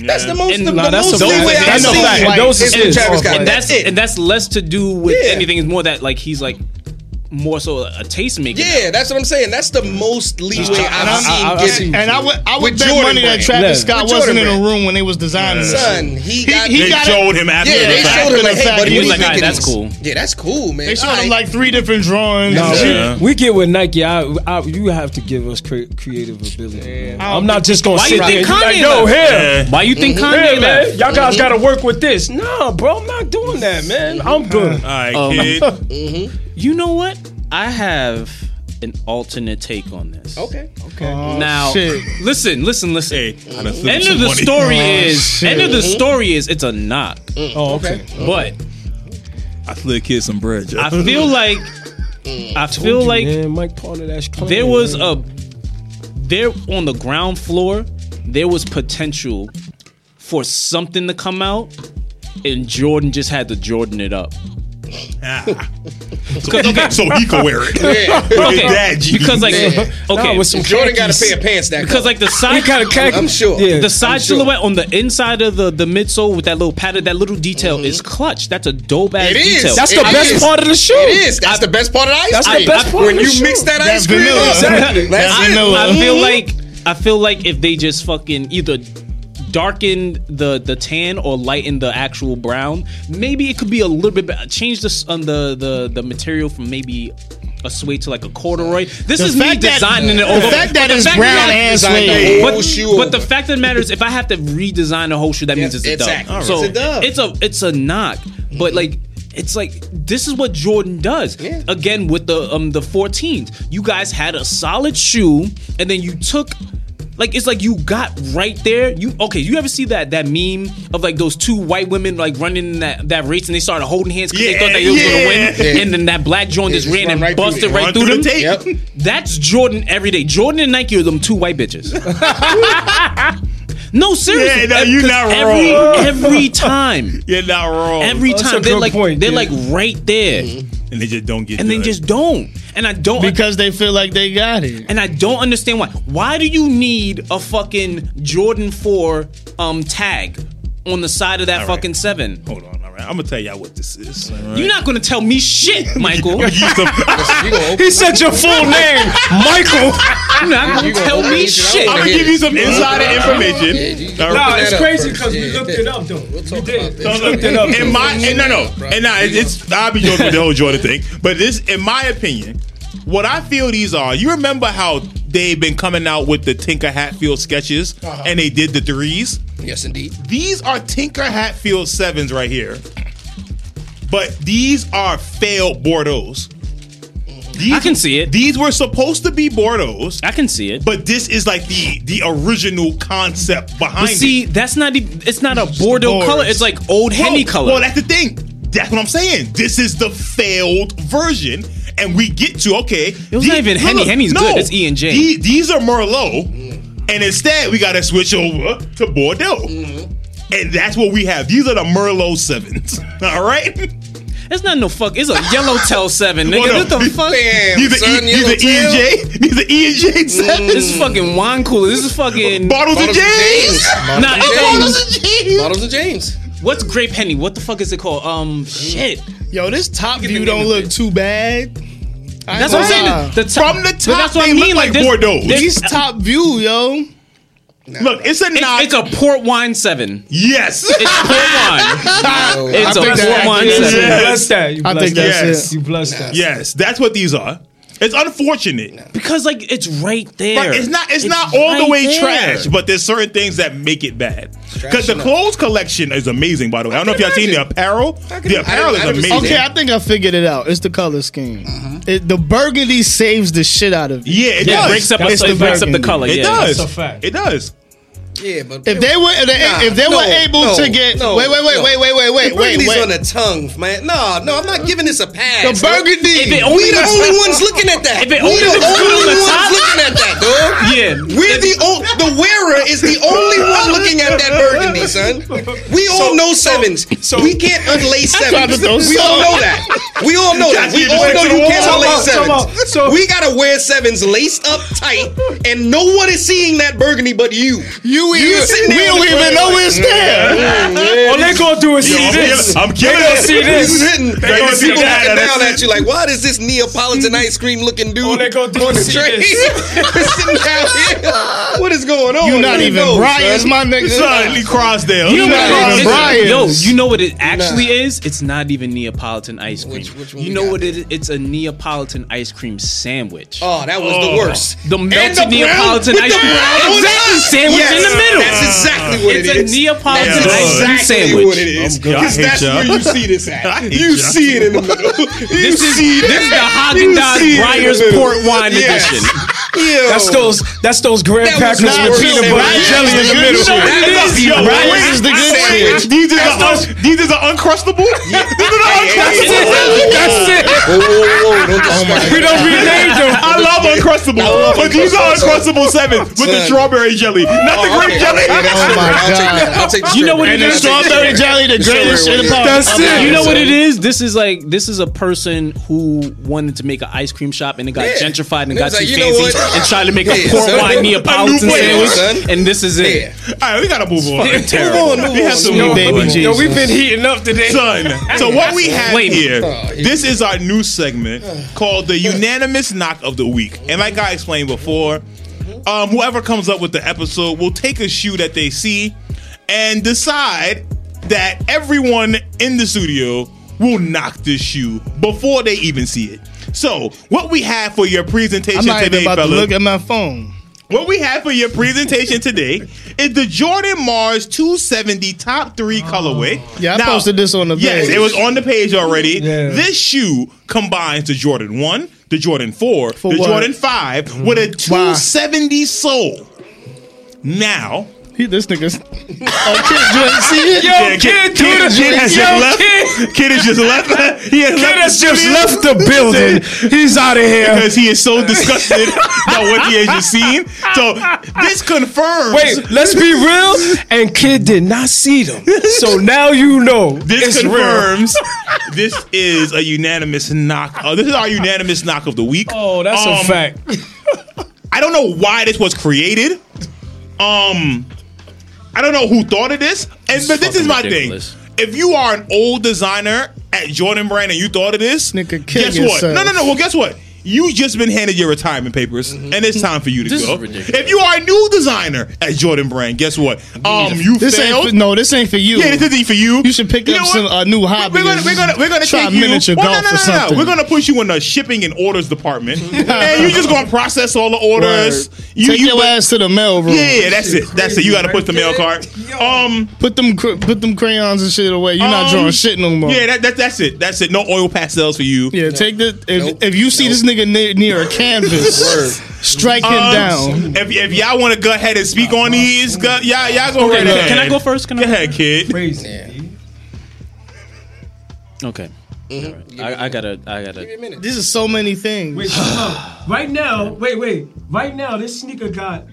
S2: That's the most,
S1: And
S2: the,
S1: nah,
S2: the
S1: that's
S2: most
S1: a fact.
S2: leeway I've
S1: That's a
S2: seen
S1: fact.
S2: is
S5: Those
S2: with
S5: is it.
S2: Travis Scott.
S1: and that's
S2: it.
S1: and that's less to do with
S2: Yeah.
S1: anything. It's more that like he's like more so a tastemaker. now.
S2: Yeah, that's what I'm saying. That's the most leeway I've
S5: I-
S2: seen.
S5: I- I- I
S2: given.
S5: see.
S6: And I would, I would
S2: With
S6: bet
S2: Jordan
S6: money that
S2: brand.
S6: Travis
S5: Yeah.
S6: Scott
S2: With Jordan
S6: wasn't in
S2: brand.
S6: the room when they was designing. this shit.
S2: Son, he got.
S6: He
S4: They
S6: got it.
S4: showed him after
S2: yeah, they
S4: the fact.
S2: showed him like,
S6: After the
S2: hey,
S6: fact,
S2: buddy,
S6: he
S2: what
S6: was
S2: you
S6: like,
S2: thinking
S1: "Alright, that's
S2: is-"
S1: cool.
S2: Yeah, that's cool, man.
S6: They showed him
S2: Alright.
S6: like three different drawings.
S5: No,
S6: and
S5: we-
S6: shit.
S4: Yeah.
S5: we, get with Nike. I, I, you have to give us cre- creative ability. man.
S6: I don't
S5: I'm not just gonna
S1: Why
S5: sit
S1: you
S5: there.
S1: think
S5: and be like,
S1: Kanye
S5: Yo,
S1: left?
S5: here,
S4: Yeah.
S1: Why you think Kanye
S5: here, Mm-hmm. man.
S1: left?
S5: Y'all guys gotta work with this. Nah, bro, I'm not doing that, man. I'm good.
S4: All right,
S1: Um,
S4: kid.
S1: You know what? I have an alternate take on this.
S2: okay.
S6: Oh,
S1: Now,
S6: shit.
S1: listen, listen, listen.
S4: Hey, I done flipped
S1: End
S4: some
S1: of the
S4: money.
S1: story
S6: Oh,
S1: is
S6: shit.
S1: end of the story is it's a knock,
S5: Oh, okay.
S1: but
S4: I slid a kid some bread. Joe.
S1: I feel like I feel like
S5: man, Mike Porter, that's clean,
S1: there was
S5: man.
S1: a there on the ground floor there was potential for something to come out and jordan just had to jordan it up
S4: Ah. so, okay, so he could wear it.
S2: Yeah.
S4: Look
S1: Okay,
S4: at that, G.
S1: because like
S2: Man.
S1: okay
S5: Nah, with some
S2: Jordan got
S5: khakis.
S2: to pay a pants that
S1: because
S2: color.
S1: like the side
S5: He got a khaki.
S2: I'm sure.
S5: Yeah.
S1: the side
S2: I'm sure.
S1: silhouette on the inside of the the midsole with that little padded that little detail is clutch that's a dope ass
S2: Mm-hmm. It is.
S1: detail
S5: that's the
S2: It
S5: best
S2: is.
S5: part of the shoe.
S2: it is. That's the best part of the ice
S5: That's the
S2: cream.
S5: best part
S2: When
S5: of the
S2: you
S5: shoe.
S2: mix that
S6: That's
S2: ice cream
S6: vanilla.
S2: up,
S5: Exactly.
S2: that's
S6: That's
S2: it.
S6: vanilla.
S1: I feel like I feel like if they just fucking either darken the the tan or lighten the actual brown, maybe it could be a little bit better. Change this on the the the material from maybe a suede to like a corduroy. This
S6: The
S1: is me
S6: fact that-
S1: designing it
S6: the
S1: over.
S6: fact
S1: but
S6: that
S1: the
S6: it's
S1: fact
S6: brown
S1: that-
S6: and
S2: Design the
S6: suede.
S2: whole
S1: But,
S2: shoe
S1: but the
S2: over.
S1: fact of the matter is, if I have to redesign the whole shoe, that means it's a
S2: exactly.
S1: dub.
S2: Alright.
S1: So
S2: It's a dub.
S1: it's a it's a knock, but like it's like this is what Jordan does.
S2: Yeah.
S1: Again with the um the 14s, you guys had a solid shoe, and then you took. Like it's like you got right there. You okay? You ever see that that meme of like those two white women like running in that, that race and they started holding hands because they
S4: Yeah,
S1: thought they was
S4: yeah.
S1: gonna win,
S2: Yeah.
S1: and then that black Jordan
S2: Yeah,
S1: just,
S2: just
S1: ran
S2: run
S1: and
S2: right through
S1: busted
S2: them.
S1: right
S4: Run
S1: through, them.
S4: through the tape.
S2: Yep.
S1: That's Jordan every day. Jordan and Nike are them two white bitches. no, seriously.
S4: Yeah, no, you're
S1: Because
S4: not
S1: every,
S4: wrong.
S1: Every time.
S4: You're not wrong.
S1: Every
S5: That's a
S1: time. They're
S5: good
S1: like
S5: point,
S1: they're
S5: yeah.
S1: like right there.
S4: and they just don't get.
S1: And they
S4: done.
S1: just don't. And I don't
S6: because they feel like they got it.
S1: and I don't understand why. Why do you need a fucking Jordan 4 um tag on the side of that
S4: right.
S1: fucking seven?
S4: hold on. All right, I'm gonna tell y'all what this is. All right?
S1: You're not gonna tell me shit, Michael.
S4: You use the-
S2: You gonna open-
S5: He said your full name, Michael.
S1: You're not gonna
S2: you gonna
S1: tell
S2: open
S1: me
S2: it up?
S1: shit.
S4: I'm gonna give you some insider information.
S2: Yeah, you-
S4: All
S5: Nah,
S4: right.
S5: it's
S2: that up
S5: crazy
S2: first.
S5: because we
S2: Yeah.
S5: looked it up though.
S2: We'll talk
S5: we did.
S2: about this.
S5: We looked it up.
S4: In my and no no and nah, it's, it's I'll be joking with the whole Jordan thing, but this in my opinion, what I feel these are. You remember how they've been coming out with the Tinker Hatfield sketches,
S1: Uh-huh.
S4: and they did the threes.
S2: Yes, indeed.
S4: These are Tinker Hatfield sevens right here, but these are failed Bordeaux. These,
S1: I can see it.
S4: These were supposed to be Bordeaux,
S1: I can see it.
S4: but this is like the the original concept
S1: But
S4: behind it.
S1: see, that's not even, it's not a Bordeaux
S6: boards.
S1: color. It's like old
S4: Bro,
S1: Henny color.
S4: Well, that's the thing. That's what I'm saying. This is the failed version, and we get to okay. It
S1: was not even Henny. Henny's good. It's E and J.
S4: These, are Merlot,
S2: Mm.
S4: and instead we got to switch over to Bordeaux,
S2: Mm-hmm.
S4: and that's what we have. These are the Merlot sevens. All right.
S1: it's not no fuck. It's a Yellowtail Seven, nigga.
S4: Hold
S1: What
S4: up.
S1: the fuck?
S2: Damn,
S4: These are
S2: son,
S4: E- these are
S2: yellow
S4: E
S2: tail.
S4: and J. These are E and J sevens.
S1: This is fucking wine cooler. This is fucking.
S4: Bottles,
S2: Mm. Bottles and
S4: and J's.
S2: James.
S1: Nah, it's
S4: Bottles
S1: all-
S4: and J's.
S2: Bottles of James.
S1: what's grape henny? What the fuck is it called? Um, shit.
S6: Yo, this top
S1: the
S6: view
S1: name
S6: don't
S1: of
S6: look
S1: it.
S6: too bad. I
S1: That's
S6: ain't
S1: what I'm
S6: gonna
S1: saying.
S6: lie.
S1: The top,
S4: From the
S1: but
S4: top, they look like
S1: there's-
S4: Bordeaux.
S1: there's-
S6: These
S1: it's,
S6: top view, yo.
S4: Look, it's a nod.
S1: it's a port wine seven.
S4: yes.
S1: It's port wine.
S2: Oh,
S1: It's a
S6: think that-
S1: port wine
S6: yeah.
S1: seven.
S5: You
S4: Yes.
S5: blessed that. You
S6: I
S5: blessed
S6: think
S5: that.
S6: that's
S4: Yes.
S6: it.
S5: You blessed that.
S4: Yes, that's what these are. It's unfortunate.
S1: Because like it's right there.
S4: But it's not it's, not all the
S1: right
S4: way
S1: there.
S4: trash, but there's certain things that make it bad. Because the
S2: enough.
S4: clothes collection is amazing, by the way. I don't know if y'all seen the apparel. The apparel is
S2: I didn't- I didn't
S4: amazing.
S2: see
S6: Okay, I think I figured it out. It's the color scheme.
S2: Uh-huh.
S6: It, the burgundy saves the shit out of it.
S4: Yeah, it
S1: Yeah,
S4: does.
S1: it breaks up.
S6: It's
S1: it
S6: the
S1: breaks up the
S6: burgundy.
S1: color.
S4: it
S1: yeah.
S4: does.
S5: that's a fact.
S4: It does.
S2: Yeah, but
S6: If they were, if they,
S2: Nah,
S6: if they
S2: no,
S6: were able
S2: no,
S6: to get,
S2: no,
S6: wait, wait,
S2: no.
S6: wait, wait, wait, wait, wait,
S2: The
S6: wait,
S2: burgundy's
S6: wait.
S2: on the tongue, man. No, no, I'm not giving this a
S6: the
S2: pass.
S1: If
S6: burgundy.
S1: it
S2: We
S1: only
S2: the
S1: was-
S2: only ones looking at that.
S1: If it
S2: we
S1: only
S2: the
S1: looks good on
S2: only
S1: the
S2: ones
S1: top.
S2: looking at that, dog.
S1: Yeah.
S2: We're the o- the wearer is the only one looking at that burgundy, son. We all know sevens.
S5: so-
S2: we can't unlace
S6: tried
S2: sevens.
S6: to throw
S2: We all
S6: some.
S2: know that. We all know that. We
S4: You
S2: all
S4: just
S2: know
S4: went to
S2: you
S4: the
S2: can't
S4: wall.
S2: unlace
S5: Come on,
S2: sevens.
S5: come on. So-
S2: We gotta wear sevens laced up tight, and no one is seeing that burgundy but you.
S6: you even,
S2: sitting
S6: we
S2: there
S6: don't
S2: with the "Mm-hmm."
S6: even know
S2: burgundy.
S6: it's there.
S5: All they gonna do is
S4: Yo,
S5: see
S4: I'm
S5: this.
S4: killing- I'm
S5: They
S4: killing
S5: gonna
S4: it.
S5: see
S2: He's
S5: this.
S2: hitting.
S4: They gonna
S2: And
S4: see
S2: people
S4: that,
S2: looking
S4: that's
S2: down
S4: it.
S2: at you like, what is this Neapolitan ice cream looking dude
S5: All they gonna do
S2: on the
S5: is see
S2: train?
S5: this.
S2: Sitting down here. What is going on?
S6: You not
S2: Who
S6: even
S2: knows,
S6: Brian's
S2: son?
S6: my nigga.
S4: Suddenly Crossdale.
S1: You know
S6: not
S1: what
S6: even
S1: it is?
S6: Brian's.
S1: Yo, you know what it actually is? It's not even Neapolitan ice cream.
S2: Which- which one
S1: you
S2: we
S1: know
S2: got?
S1: what it is? It's a Neapolitan ice cream sandwich.
S2: Oh, that was
S4: Oh.
S2: the worst.
S1: the melted
S4: the
S1: Neapolitan
S4: brown-
S1: ice
S4: with the
S1: cream.
S4: brown
S1: Exactly, sandwich
S2: Yes,
S1: in the middle.
S2: That's exactly what
S1: It's
S2: it
S1: a
S2: is.
S1: Neapolitan
S2: That's
S4: ice cream
S2: exactly
S1: sandwich.
S2: what it is.
S4: I'm good. I
S2: Because
S4: hate
S2: that's
S4: y'all.
S2: where you see this
S4: I
S2: at.
S4: hate
S2: You
S4: y'all.
S2: see it in the middle. You
S1: This is
S2: see
S1: this is the
S2: that.
S1: Haagen
S2: You
S1: Dazs
S2: see it in
S1: Briar's
S2: the middle.
S1: Port Wine
S2: Yes.
S1: Edition.
S2: Yo.
S5: That's those. That's those grand
S2: That was
S5: packers
S2: not
S5: with
S2: real
S5: peanut butter and
S2: sandwich.
S5: jelly in the
S2: You
S5: middle.
S2: know
S5: That
S2: that
S5: is
S2: is
S5: yo,
S2: yo,
S5: right?
S6: Brian's the good
S2: That's
S6: shit.
S2: it.
S4: These are un- these are uncrustable. These are
S2: Hey, hey,
S4: uncrustable.
S5: That's it.
S2: Whoa, whoa, whoa, don't disrespect
S5: We don't
S2: that.
S5: rename them.
S4: I love Uncrustables,
S2: love
S4: but these are
S2: Uncrustables.
S4: Uncrustable sevens with the
S2: Son.
S4: strawberry jelly, not the
S2: Oh,
S4: grape
S2: okay.
S4: jelly.
S2: Yeah, that's
S6: Oh
S2: true.
S6: my
S2: I'll take
S6: God.
S2: that. I'll take the
S1: You know
S2: strawberry.
S1: what it
S6: And the
S1: is?
S6: strawberry jelly, the greatest shit about
S2: That's it.
S1: Um, You know what
S2: so-
S1: it is? This is like this is a person who wanted to make an ice cream shop and it got
S2: Yeah.
S1: gentrified and,
S2: And it
S1: got
S2: was
S1: too
S2: like, you know
S1: fancy
S2: what?
S1: and tried to make a
S2: Yeah,
S1: port
S2: son.
S1: wine
S2: A new
S1: Neapolitan
S2: flavor,
S1: sandwich.
S2: son.
S1: And this is it.
S2: Yeah.
S4: All right, we gotta move on.
S1: Fucking terrible.
S2: Move on,
S4: We
S2: move
S4: have
S2: on,
S4: some
S2: move
S6: Yo,
S2: on,
S6: baby
S2: buddy.
S5: Yo,
S6: Jesus.
S5: we've been heating up today.
S4: Son, so what we have
S1: Wait.
S4: here,
S2: Oh, here
S4: this is our new segment called the unanimous knock of the week. And like I explained before, um, whoever comes up with the episode will take a shoe that they see and decide that everyone in the studio will knock this shoe before they even see it. So, what we have for your presentation
S6: I'm not
S4: today,
S6: even about
S4: fellas?
S6: to look at my phone.
S4: What we have for your presentation today is the Jordan Mars 270 top three
S5: Oh.
S4: colorway.
S6: Yeah, I posted this on the
S4: Yes,
S6: page.
S4: it was on the page already.
S5: Yeah.
S4: This shoe combines the Jordan 1, the Jordan 4,
S6: For
S4: the
S6: what?
S4: Jordan
S5: Mm-hmm.
S4: 5 with a 270 sole. Now,
S6: He, this nigga's. Oh, kid, you ain't see it?
S5: Yo, kid, do
S4: Kid
S5: the
S4: Kid has just
S5: Yo,
S4: left.
S5: kid.
S4: Kid has just left. He has
S5: Kid
S4: left
S5: has
S4: the
S5: just
S4: studio.
S5: left the building. He's out of here.
S4: because he is so disgusted by what he has just seen. So this confirms.
S5: Wait, let's be real. And kid did not see them. So now you know.
S4: This
S5: it's real.
S4: confirms this is a unanimous knock. Uh, this is our unanimous knock of the week.
S5: Oh, that's a
S4: Um,
S5: fact.
S4: I don't know why this was created. Um, I don't know who thought of this. And but this
S1: fucking
S4: is my
S1: ridiculous.
S4: thing. If you are an old designer at Jordan Brand and you thought of this,
S6: Nigga, kill
S4: guess what?
S6: yourself.
S4: No, no, no. Well, guess what? You just been handed your retirement papers, and it's time for you to
S1: Mm-hmm. This
S4: go.
S1: is ridiculous.
S4: if you are a new designer at Jordan Brand, guess what? Um, you
S6: This
S4: failed.
S6: ain't for, no, this ain't for you.
S4: Yeah, this isn't for you.
S6: You should pick
S4: You
S6: up
S4: know what?
S6: some uh, new hobby.
S4: We're gonna
S6: and
S4: we're gonna we're gonna
S6: try
S4: take you-
S6: miniature
S4: Well, no,
S6: golf
S4: no,
S6: or
S4: no, no.
S6: something.
S4: We're gonna put you in the shipping and orders department, and you just gonna process all the orders. You,
S6: Take
S4: you-
S6: your ass to the mail room.
S4: Yeah, yeah, that's it. That's it. You gotta put the mail card. Um,
S6: Put them cr- put them crayons and shit away. You're
S4: um,
S6: not drawing shit no more.
S4: Yeah, that, that that's it. That's it. No oil pastels for you.
S6: Yeah, take the if,
S2: Nope.
S6: if you see this nigga nigga near, near a canvas, strike him
S4: Um,
S6: down.
S4: If, if y'all want to go ahead and speak on these, go, y'all, y'all go right
S1: Can I-
S4: ahead.
S1: can I go first? Can
S4: Go
S1: I?
S4: ahead, kid.
S5: Crazy.
S2: Yeah.
S5: B.
S1: Okay. All right. I, I gotta. I
S2: Give me a
S1: gotta.
S2: minute.
S6: This is so many things.
S5: Wait, hold up. right now, wait, wait. Right now, this sneaker got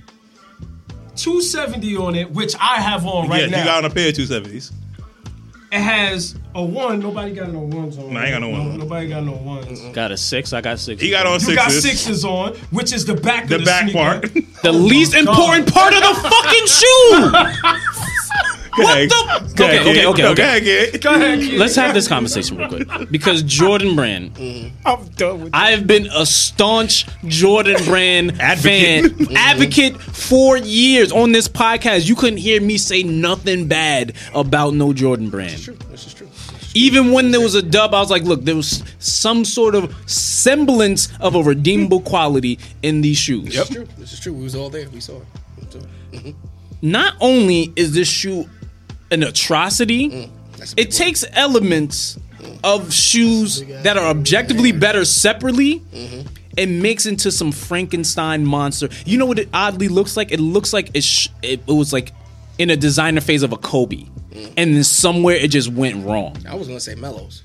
S5: 270 on it, which I have on right
S4: yeah,
S5: now.
S4: you got on a pair of two seventies.
S5: it has a one. Nobody got no ones on.
S4: Nah, I ain't got no ones on.
S5: Nobody got no ones.
S1: Got a six. I got six.
S4: He got on
S5: You
S4: sixes.
S5: got sixes on, which is the back
S4: The
S5: of the
S4: back
S5: sneaker.
S4: part.
S1: the least important part of the fucking shoe.
S4: what
S1: the- Okay, okay, okay,
S4: Go
S1: okay.
S4: ahead, kid.
S5: Go ahead, kid.
S1: Let's have this conversation real quick because Jordan Brand.
S5: I'm done with
S1: I have been a staunch Jordan Brand
S4: Advocate.
S2: Mm.
S1: fan, advocate for years on this podcast. You couldn't hear me say nothing bad about no Jordan Brand.
S2: This is true.
S1: Even when there was a dub, I was like, look, there was some sort of semblance of a redeemable quality in these shoes.
S2: This is true. This is true. We was all there. We saw it. We saw it.
S1: Not only is this shoe an atrocity,
S2: Mm, That's a big
S1: it takes elements of shoes that are objectively better separately
S2: Mm-hmm.
S1: and makes into some Frankenstein monster. You know what it oddly looks like? It looks like it, sh- it, it was like in a designer phase of a Kobe.
S2: Mm.
S1: And then somewhere it just went wrong.
S2: word. I was gonna say mellows.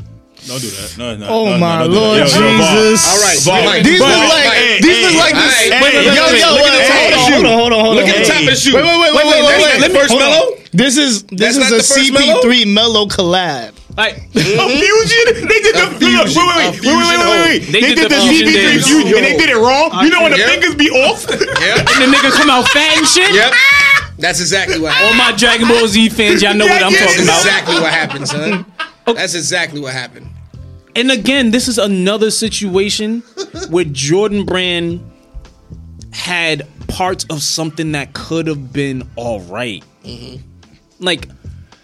S4: Don't do that. No, no.
S6: Oh
S4: no,
S6: my
S4: no, no,
S6: Lord
S4: no, no, no, no.
S6: Jesus!
S2: All right,
S4: Ball.
S2: Mike,
S6: These
S2: Mike,
S6: look
S2: Mike,
S6: like
S2: Mike.
S6: these look like
S2: All
S6: this.
S2: right.
S6: Wait,
S4: Hey,
S6: yo,
S4: hey,
S6: yo,
S4: look
S6: wait,
S4: at this.
S6: hold on, hold on, hold on, hold on.
S2: Look at the
S6: hold on.
S2: top of the shoe.
S6: Wait, wait, wait, wait, wait, wait, wait.
S2: Let me first
S6: Hold on.
S2: mellow.
S6: This is
S2: That's
S6: this
S2: not the
S6: is a
S2: first mellow?
S6: CP3 mellow collab.
S1: Like,
S4: A fusion? They did the
S2: A fusion.
S4: Wait, wait,
S2: A
S4: wait, wait, wait, wait, wait, wait.
S1: They
S4: They,
S1: did
S4: did
S1: the
S4: the
S1: fusion
S4: CP3
S1: dance.
S4: fusion and they did it wrong. you know when the
S2: Yeah.
S4: fingers be off?
S2: Yep.
S1: and the niggas come out fat and shit?
S2: Yep. That's exactly what.
S1: All
S2: Happened.
S1: my Dragon Ball Z fans, y'all know what I'm
S4: Yeah,
S1: talking
S2: That's
S4: yeah,
S1: about.
S2: exactly what happened, son. That's exactly what happened.
S1: And again, this is another situation where Jordan Brand had parts of something that could have been all right.
S2: Mm-hmm.
S1: Like,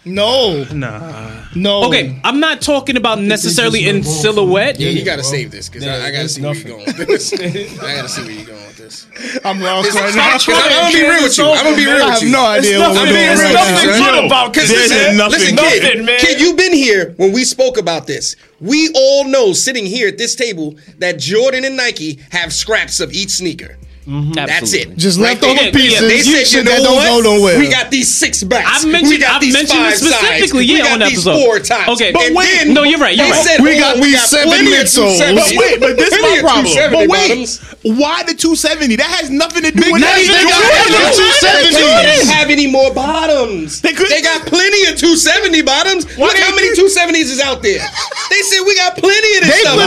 S6: No,
S4: Nah.
S6: no.
S2: Mm.
S1: okay, I'm not talking about necessarily
S5: just
S1: in
S5: went wrong.
S1: silhouette.
S2: Yeah, you gotta save this because
S5: Yeah,
S2: I, I gotta
S5: that's
S2: see
S5: nothing.
S2: where you going with this. I gotta see where you going with this.
S6: I'm lost
S2: This
S6: right
S2: is
S6: now.
S2: not true. I'm gonna be real with you. I'm gonna be real
S6: I
S2: with
S6: have
S2: you.
S6: no idea what
S5: nothing.
S6: we're
S5: I'm being
S6: doing.
S5: There's nothing
S6: right now.
S5: good
S4: Yo,
S5: about 'cause
S4: there's
S5: listen,
S4: nothing
S2: Listen,
S4: good.
S2: kid,
S5: man.
S2: kid, you've been here when we spoke about this. We all know, sitting here at this table, that Jordan and Nike have scraps of each sneaker. That's
S1: Absolutely.
S2: it.
S6: Just
S2: Right
S6: leftover
S1: there.
S6: pieces.
S1: Yeah,
S2: They
S6: you
S2: said, you
S6: shit
S2: know
S6: that don't
S2: what?
S6: go nowhere.
S2: We got these six backs.
S1: I've mentioned,
S2: we got
S1: I've
S2: these
S1: mentioned this
S2: five
S1: specifically,
S2: sides.
S1: yeah,
S2: we got
S1: on that
S2: these
S1: episode.
S2: four tops.
S1: Okay,
S4: But
S2: and
S4: wait,
S2: then
S1: no, you're right, you're
S2: they
S1: right.
S2: Said,
S6: We
S2: oh,
S6: got
S2: we
S6: these
S2: got
S6: seven
S2: plenty of
S6: mid-soles.
S2: 270s.
S4: But wait, but this is
S2: Plenty
S4: my
S2: of
S4: problem.
S2: 270
S4: But wait,
S2: bottoms.
S4: why the 270? That has nothing to do with
S6: Because
S4: anything.
S6: they got
S4: Jordan.
S6: two
S2: They didn't
S6: seventies.
S2: have any more bottoms.
S4: They couldn't-
S2: They got plenty of 270 bottoms.
S4: Why
S2: Look how
S4: they-
S2: many 270s is out there. They said we got plenty of this
S6: They
S2: stuff.
S6: put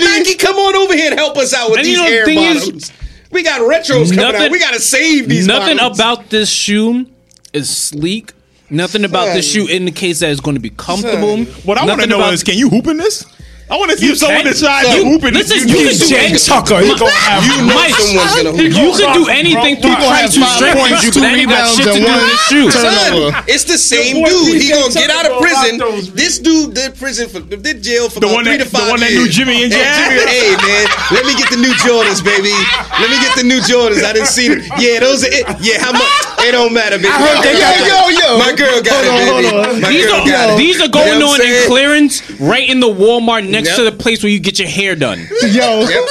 S2: Nike.
S6: 270.
S2: Nike, come on over here and help us out with
S1: And you
S2: these
S1: know, the
S2: air
S1: thing is-
S2: bottoms. we got retros coming
S1: Nothing-
S2: out. We gotta save these.
S1: Nothing
S2: bottoms.
S1: about this shoe is sleek. Nothing about this
S2: Son.
S1: shoe indicates that it's going to be comfortable.
S2: Son.
S4: What I want to
S1: Nothing
S4: know
S1: about-
S4: is, can you hoop in this? I want to see if someone
S1: can.
S4: decides to
S1: You-
S4: hoop in this.
S1: listen, you can do
S4: Jen
S1: anything.
S4: Tucker. He gonna have
S2: You know
S1: Mike,
S2: someone's gonna
S1: You
S2: hoop.
S1: could do anything through
S6: People have
S1: Christ who
S6: five
S1: strengthens
S6: points,
S1: you.
S6: two
S1: That ain't got
S6: rebounds,
S1: shit to do
S6: and one
S1: with this shoe.
S6: turn-
S2: Son,
S6: Turnover.
S2: it's the same
S5: boy
S2: dude. He
S5: DJ
S2: gonna get out of
S5: Tucker
S2: prison.
S5: gonna rock those, man.
S2: this dude did prison for did jail for
S4: The
S2: about
S4: one
S2: three
S4: that-
S2: to
S4: the
S2: five
S4: one that
S2: years.
S4: knew Jimmy and
S2: yeah.
S4: Jimmy.
S2: Hey man, let me get the new Jordans, baby. Let me get the new Jordans. I didn't see them. Yeah, those. Are it. Yeah, how much? It don't matter, baby. I
S6: heard they got the-
S2: My girl got
S6: Hold
S2: it,
S6: on,
S2: baby.
S6: hold on.
S2: My
S1: These
S2: girl got
S1: are,
S2: it.
S1: these are
S2: You know what
S1: going
S2: I'm
S1: on in
S2: saying?
S1: clearance right in the Walmart next
S2: Yep.
S1: to the place where you get your hair done.
S6: Yo,
S2: Yep.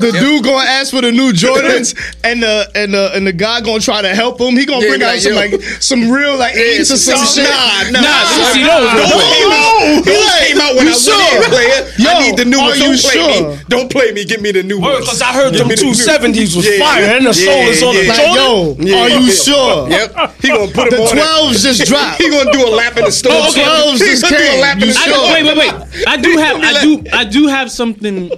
S6: the dude gonna ask for the new Jordans, and the and the and the guy gonna try to help him. He gonna
S2: Yeah,
S6: bring
S2: like,
S6: out some
S2: yo.
S6: like some real like eights or some
S2: Nah,
S6: shit.
S2: Nah,
S1: Nah, let me
S2: son.
S1: see those.
S2: Those
S1: Those
S2: came out- Those came out when I
S6: you
S2: was
S6: sure?
S2: in, player. I
S6: Yo,
S2: need the new
S6: are
S2: ones. Don't
S6: you
S2: play
S6: sure?
S2: me. Don't play me. Give me the new ones.
S5: Because I heard them
S2: me the-
S5: 270s was
S2: Yeah,
S5: fire and the
S2: yeah,
S5: soul is on the
S2: yeah.
S6: Like,
S5: Jordan.
S6: yo,
S2: Yeah.
S6: are you sure?
S2: Yep. He gonna put
S6: The
S2: them on. it.
S6: twelves just dropped.
S2: He gonna do a lap in the store.
S1: Oh, okay.
S6: Twelves
S2: He
S6: just
S2: gonna do a
S6: came.
S2: lap in
S6: You
S2: the
S1: I
S6: sure?
S1: do,
S2: store.
S1: wait, wait, wait. I do have,
S2: Don't be
S1: I do, I do have something.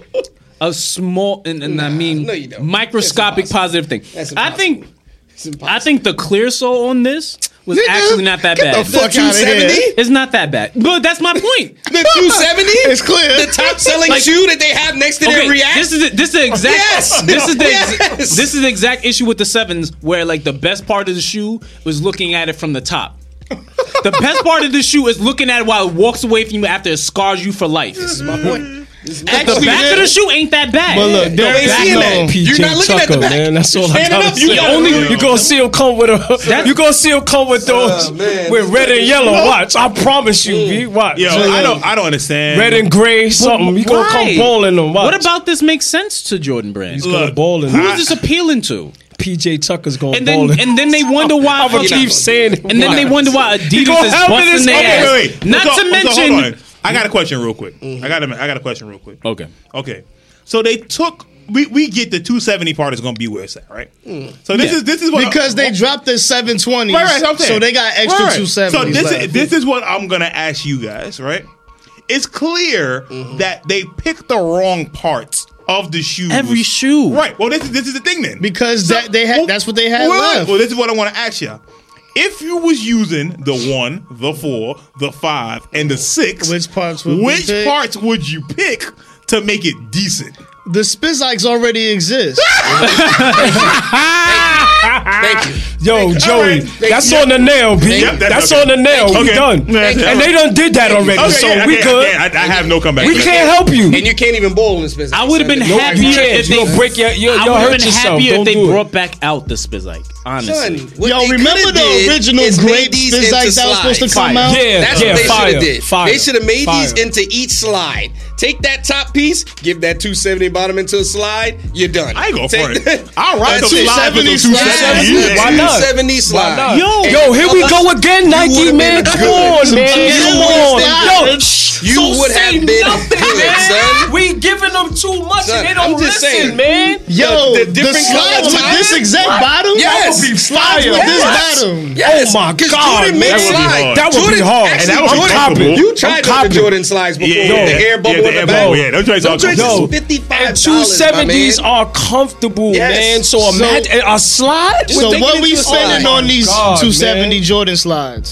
S1: A small and, and I mean
S2: no, you don't.
S1: microscopic
S2: That's impossible.
S1: positive thing.
S2: That's
S1: I think
S2: impossible. It's impossible.
S1: I think the clear sole on this was
S6: Nigga,
S1: actually not that
S6: get
S1: bad.
S6: the fuck out of
S2: 270?
S6: here.
S1: it's not that bad, but that's my point.
S2: the 270.
S6: It's clear.
S2: The top selling
S1: Like-
S2: shoe that they have next to their React.
S1: This is the, this is the exact
S2: Yes!
S1: this is the ex-
S2: Yes!
S1: this is the exact issue with the sevens where like the best part of the shoe was looking at it from the top. the best part of the shoe is looking at it while it walks away from you after it scars you for life.
S2: This is my point.
S1: the back of the shoe ain't that bad.
S6: But look, there
S2: ain't
S6: is
S2: seeing
S6: no.
S2: that. You're not looking at the back.
S5: man. That's all I
S2: Standing
S5: gotta
S2: up, you
S5: say.
S2: got
S5: only
S2: real.
S5: you gonna see him come with a. You gonna see him come with those
S2: Oh, man.
S5: with red and yellow. Watch, I promise you, B. Watch.
S4: Yo, I don't, I don't understand.
S5: red and gray, something. You gonna
S1: Why?
S5: come balling them. Watch.
S1: What about this makes sense to Jordan Brand?
S5: He's gonna
S4: Look,
S5: ball in
S1: Who's
S5: them.
S1: this appealing to?
S5: PJ Tucker's gonna
S1: And
S5: ball
S1: then
S5: in
S1: and then they wonder why
S5: I'm gonna
S1: fucking-
S5: keep saying.
S1: and then they wonder why Adidas
S5: gonna
S1: is
S5: help it,
S1: busting
S5: it's-
S1: their
S5: okay,
S1: ass.
S4: Wait, wait.
S1: Not
S4: Hold on,
S1: to
S4: hold on,
S1: mention,
S4: hold on. I got a question real quick.
S2: Mm-hmm.
S4: I got a, I got a question real quick.
S1: Okay.
S4: Okay. So they took. We, we get the 270 part is going to be where it's at, right?
S2: Mm.
S4: So this is this is what
S6: Because they dropped the
S4: Right,
S6: 720s.
S4: right, that's what I'm saying.
S6: so they got extra
S4: Right.
S6: 270s.
S4: So this
S6: left.
S4: is this is what I'm gonna ask you guys, right? It's clear
S2: Mm-hmm.
S4: that they picked the wrong parts of the shoes.
S1: Every shoe.
S4: Right. Well, this is this is the thing then.
S6: Because that- they had- that's what they had
S4: well,
S6: left.
S4: Well, this is what I want to ask you. If you was using the one, the four, the five, and the six,
S6: Which parts would we
S4: which
S6: pick?
S4: parts would you pick to make it decent?
S6: the Spizikes already exist.
S2: Thank you.
S5: Yo, Joey,
S4: Alright.
S5: that's on the nail, B.
S4: Yep, that's
S5: that's
S4: okay.
S5: on the nail.
S4: Thank
S5: We
S4: you.
S5: done,
S4: Okay.
S5: and they done did that already.
S4: Okay,
S5: so
S4: yeah,
S5: we
S4: okay,
S5: good.
S4: yeah, I, I have no comeback.
S5: We
S4: for that.
S5: can't help you.
S2: And you can't even bowl in this business.
S1: I would have been
S2: Son,
S1: happier if
S5: you
S1: they
S5: gonna break your, you'll,
S1: I
S5: you'll
S1: would have
S5: happier
S1: been
S5: yourself.
S1: happier
S5: Don't
S1: if they
S5: do
S1: brought back out the Spizike. Honestly,
S2: Son, what
S6: Yo,
S2: they
S6: remember
S2: coulda
S6: the
S2: did
S6: original
S2: is
S6: grape
S2: made these
S6: Spizikes
S2: into
S6: that was supposed to
S2: slides.
S6: come out?
S5: it. Yeah,
S2: That's
S5: yeah,
S2: what they
S5: fire,
S2: should have did.
S5: Fire,
S2: they should have made
S5: fire.
S2: these into each slide. Take that top piece, give that 270 bottom into a slide, you're done.
S4: I go for
S2: Take-
S4: it. I'll ride
S2: That
S4: the slide with the
S2: 270 slide.
S4: 270. Yeah.
S5: Why not?
S2: 270 slide.
S5: not?
S1: Yo,
S5: Yo, here we go again, Nike
S2: would've been
S5: man. Come
S2: good.
S5: on, man.
S2: You
S5: Come
S2: would've
S5: on,
S2: been
S5: yo. shh,
S2: You
S5: don't
S2: would
S5: say
S2: have been good, son.
S5: We giving them too much,
S2: Son,
S5: and they don't
S2: I'm just saying.
S5: listen, man.
S6: Yo,
S2: The- the
S6: the,
S2: different
S6: slides
S2: color
S6: with
S2: timing?
S6: this exact bottom?
S2: Yes.
S6: That would be slides with this
S2: Yes.
S6: bottom.
S2: Yes,
S5: Oh my
S2: 'cause
S5: God,
S2: Jordan
S5: that
S2: made
S4: would be
S2: slides.
S4: hard.
S5: That would be
S2: Jordan,
S5: hard.
S2: Actually,
S4: And that would be
S2: Jordan,
S4: comfortable.
S2: You tried out the
S5: copying.
S2: Jordan slides before with the air bubble
S4: yeah,
S2: in
S4: the
S2: the
S4: air
S2: back.
S4: bubble. Yeah, those joints are
S2: Those joints
S5: Yo,
S2: is
S4: comfortable.
S2: fifty-five
S5: And
S2: dollars.
S5: two seventies are comfortable,
S2: Yes.
S5: man. So
S6: So-
S5: imagine a slide.
S6: So
S5: We're
S6: what
S5: taking
S6: we
S5: it to a slide.
S6: spending
S2: slide.
S6: on these
S5: God,
S6: 270 Jordan slides?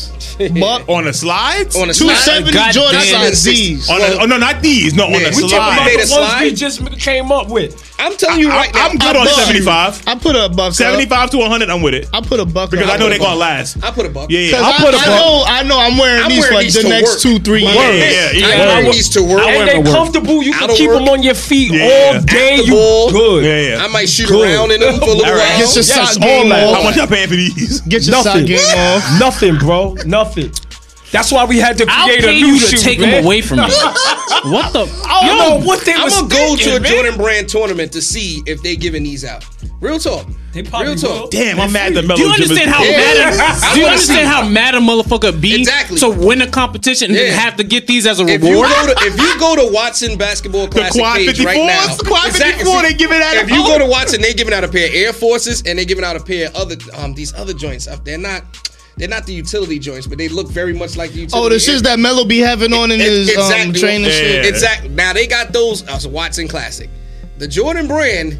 S6: Buck,
S4: On the slides?
S2: on a slide.
S6: 270
S1: God
S6: Jordan
S1: damn.
S6: slides these.
S4: On a, oh, no, not these. No, on
S2: Yeah, we
S5: We
S4: a
S5: talking
S4: slide.
S5: about
S2: Made a
S5: the ones we
S2: slide.
S5: just came up with.
S2: I'm telling you right
S4: I- I'm
S2: now.
S4: good on
S6: buck.
S4: 75.
S6: I put a buck. up.
S4: 75 to 100, I'm with it.
S6: I put a buck
S4: Because
S6: up.
S4: I know they're going to last.
S2: I put a buck.
S4: Yeah, yeah.
S6: 'Cause
S4: I'll
S6: I,
S4: put a
S6: I
S4: buck.
S6: know, I know I'm wearing
S2: I'm
S6: these
S2: wearing
S6: like
S2: these
S6: the
S2: to
S6: next
S2: work.
S6: two, three
S2: Work.
S6: years.
S4: Yeah, yeah,
S2: I
S4: yeah.
S2: wear
S4: I
S2: these to work.
S5: And they
S1: to work.
S5: comfortable. You
S2: I
S5: can
S2: don't
S5: keep
S2: work.
S5: them on your feet
S4: Yeah.
S5: all
S4: At
S5: day.
S2: the
S5: You
S2: ball.
S5: good?
S4: Yeah, yeah.
S2: I might shoot
S5: Good.
S2: around in them for a little
S5: All right.
S2: while.
S6: Get your
S5: Yes,
S6: sock
S5: all
S6: game
S5: that.
S6: off.
S4: How much y'all paying for these?
S6: Get your sock
S5: Nothing.
S6: game off.
S5: Nothing, bro. Nothing. That's why we had to
S1: I'll
S5: create a
S1: pay
S5: new
S1: you to
S5: shoe,
S1: take
S5: man.
S1: him away from me. what the?
S5: I don't
S1: Yo,
S5: know what they
S2: I'm
S5: was
S2: gonna go to
S5: thinking,
S2: a
S5: man.
S2: Jordan Brand tournament to see if they giving these out. Real talk.
S5: They probably
S2: Real
S5: will.
S2: talk.
S4: Damn, I'm mad the mellow
S1: Do you understand how
S2: Yeah.
S1: mad?
S2: I
S1: A, do you
S2: wanna see.
S1: understand how mad a motherfucker be
S2: Exactly.
S1: to win a competition and
S2: Yeah.
S1: then have to get these as a
S2: If you
S1: reward?
S2: go to if you go to Watson basketball
S4: The
S2: classic
S4: quad
S2: page
S4: 54?
S2: right now,
S4: The quad 54, they giving out
S2: If you
S4: out.
S2: go to Watson, they giving out a pair of Air Forces and they giving out a pair of other um these other joints. Uh, They're not they're not the utility joints, but they look very much like the utility.
S6: Oh, the shits that Melo be having on in
S2: It-
S6: his um,
S2: E-, exactly.
S6: training
S4: Yeah.
S6: shit.
S2: Exactly. Now they got those. uh, it's a Watson Classic. The Jordan Brand.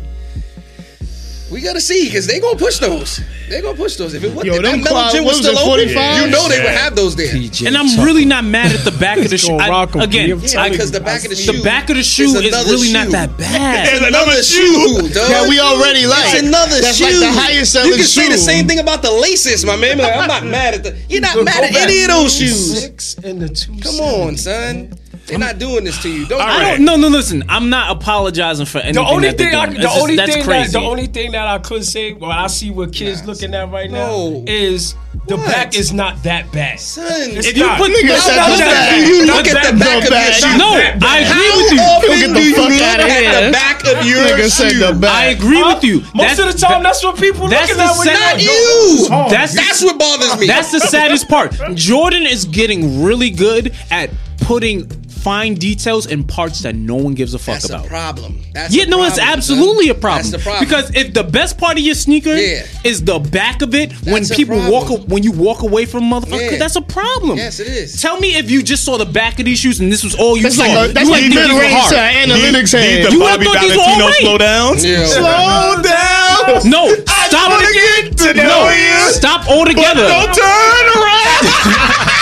S2: We gotta see because they gonna push those. They gonna push those. If it was
S6: Yo,
S2: if that
S6: them
S2: metal
S6: quad-
S2: gym
S6: what
S2: was
S6: was it,
S2: still open,
S6: 45?
S2: you know they would
S4: Yeah.
S2: have those there.
S1: and I'm really not mad at the back of the shoe.
S5: gonna
S1: I-
S5: rock 'em,
S1: Again,
S5: B.
S1: I-
S2: Yeah, because the back of the shoe.
S1: the back of the shoe is
S2: another
S1: really
S2: shoe.
S1: not that
S4: There's
S1: bad.
S4: another
S2: Shoe,
S4: shoe.
S2: dog.
S6: That we already like.
S2: It's another
S6: That's
S2: shoe.
S6: like the highest selling
S2: You can say the
S6: shoe.
S2: same thing about the laces, my man. Like, I'm not mad at the. You're not mad at any of those shoes.
S5: Six and the two.
S2: Come on, son. They're not doing this to you. Don't.
S4: All
S1: I
S4: right.
S1: don't. No, no. Listen, I'm not apologizing for anything.
S5: The only
S1: that they're
S5: thing, I,
S1: doing.
S5: the
S1: That's just-
S5: only
S1: that's
S5: thing
S1: crazy.
S5: that the only thing that I could say, what I see what kids looking at right
S2: No.
S5: now is the
S2: What?
S5: back is not that bad.
S2: Son,
S5: It's
S1: If you
S5: not.
S1: put
S6: Nigga said
S5: not
S6: the
S5: that
S6: back.
S5: bad.
S2: You
S5: Not
S2: look at
S5: that
S2: the
S5: bad.
S2: back of your
S6: bad.
S2: shoe.
S1: no,
S5: that
S1: I
S5: bad.
S1: agree with you.
S2: How often
S6: get
S2: do
S6: the
S2: you
S6: fuck
S2: look
S6: outta
S2: at
S6: here.
S2: the back of your
S6: Nigga said
S2: shoe?
S6: the
S1: I
S6: back.
S1: agree with you.
S5: Most of the time, that's what people
S1: that's
S5: looking at
S1: the
S5: when
S1: same-
S5: they-
S2: Not you.
S1: That's the-
S2: That's what bothers me.
S1: That's the saddest part. Jordan is getting really good at putting fine details in parts that no one gives a fuck
S2: That's
S1: about.
S2: a problem. That's
S1: yeah,
S2: a
S1: no, it's
S2: problem, son.
S1: absolutely a problem.
S2: That's the problem.
S1: Because if the best part of your sneaker
S2: Yeah.
S1: is the back of it, when
S2: That's a
S1: people walk
S2: problem.
S1: when you walk away from motherfucker,
S2: Yeah.
S1: that's a problem.
S2: Yes, it is.
S1: Tell me if you just saw the back of these shoes and this was all you
S6: That's
S1: saw.
S6: like a, that's
S1: you wouldn't
S6: like
S1: think
S6: mid
S1: these were
S6: range
S1: hard.
S6: to an analytics
S4: These
S6: head.
S4: the
S1: You would've
S4: Bobby
S1: thought these were
S4: Valentino
S1: alright.
S4: slow downs.
S2: Yeah.
S6: Slow down.
S1: No, stop
S4: wanna
S1: it.
S4: get to know
S1: No,
S4: you.
S1: stop altogether.
S4: Don't turn around.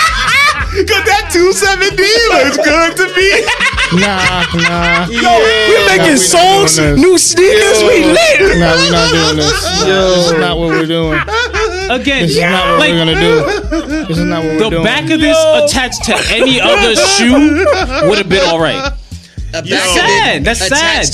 S4: Cause that 270 looks good to me.
S6: Nah, nah.
S5: Yo, we
S6: Nah, we
S5: making
S6: not
S5: songs,
S6: doing this.
S5: new sneakers, we lit.
S6: Nah, we're not doing this. This is not what we're doing.
S1: Again,
S6: This is not what
S1: like
S6: we're gonna do. This is not what we're
S1: the
S6: doing.
S1: back of this
S5: Yo.
S1: attached to any other shoe would have been all right.
S2: a
S4: Yo.
S2: back of
S1: Sad.
S2: it
S1: That's
S2: attached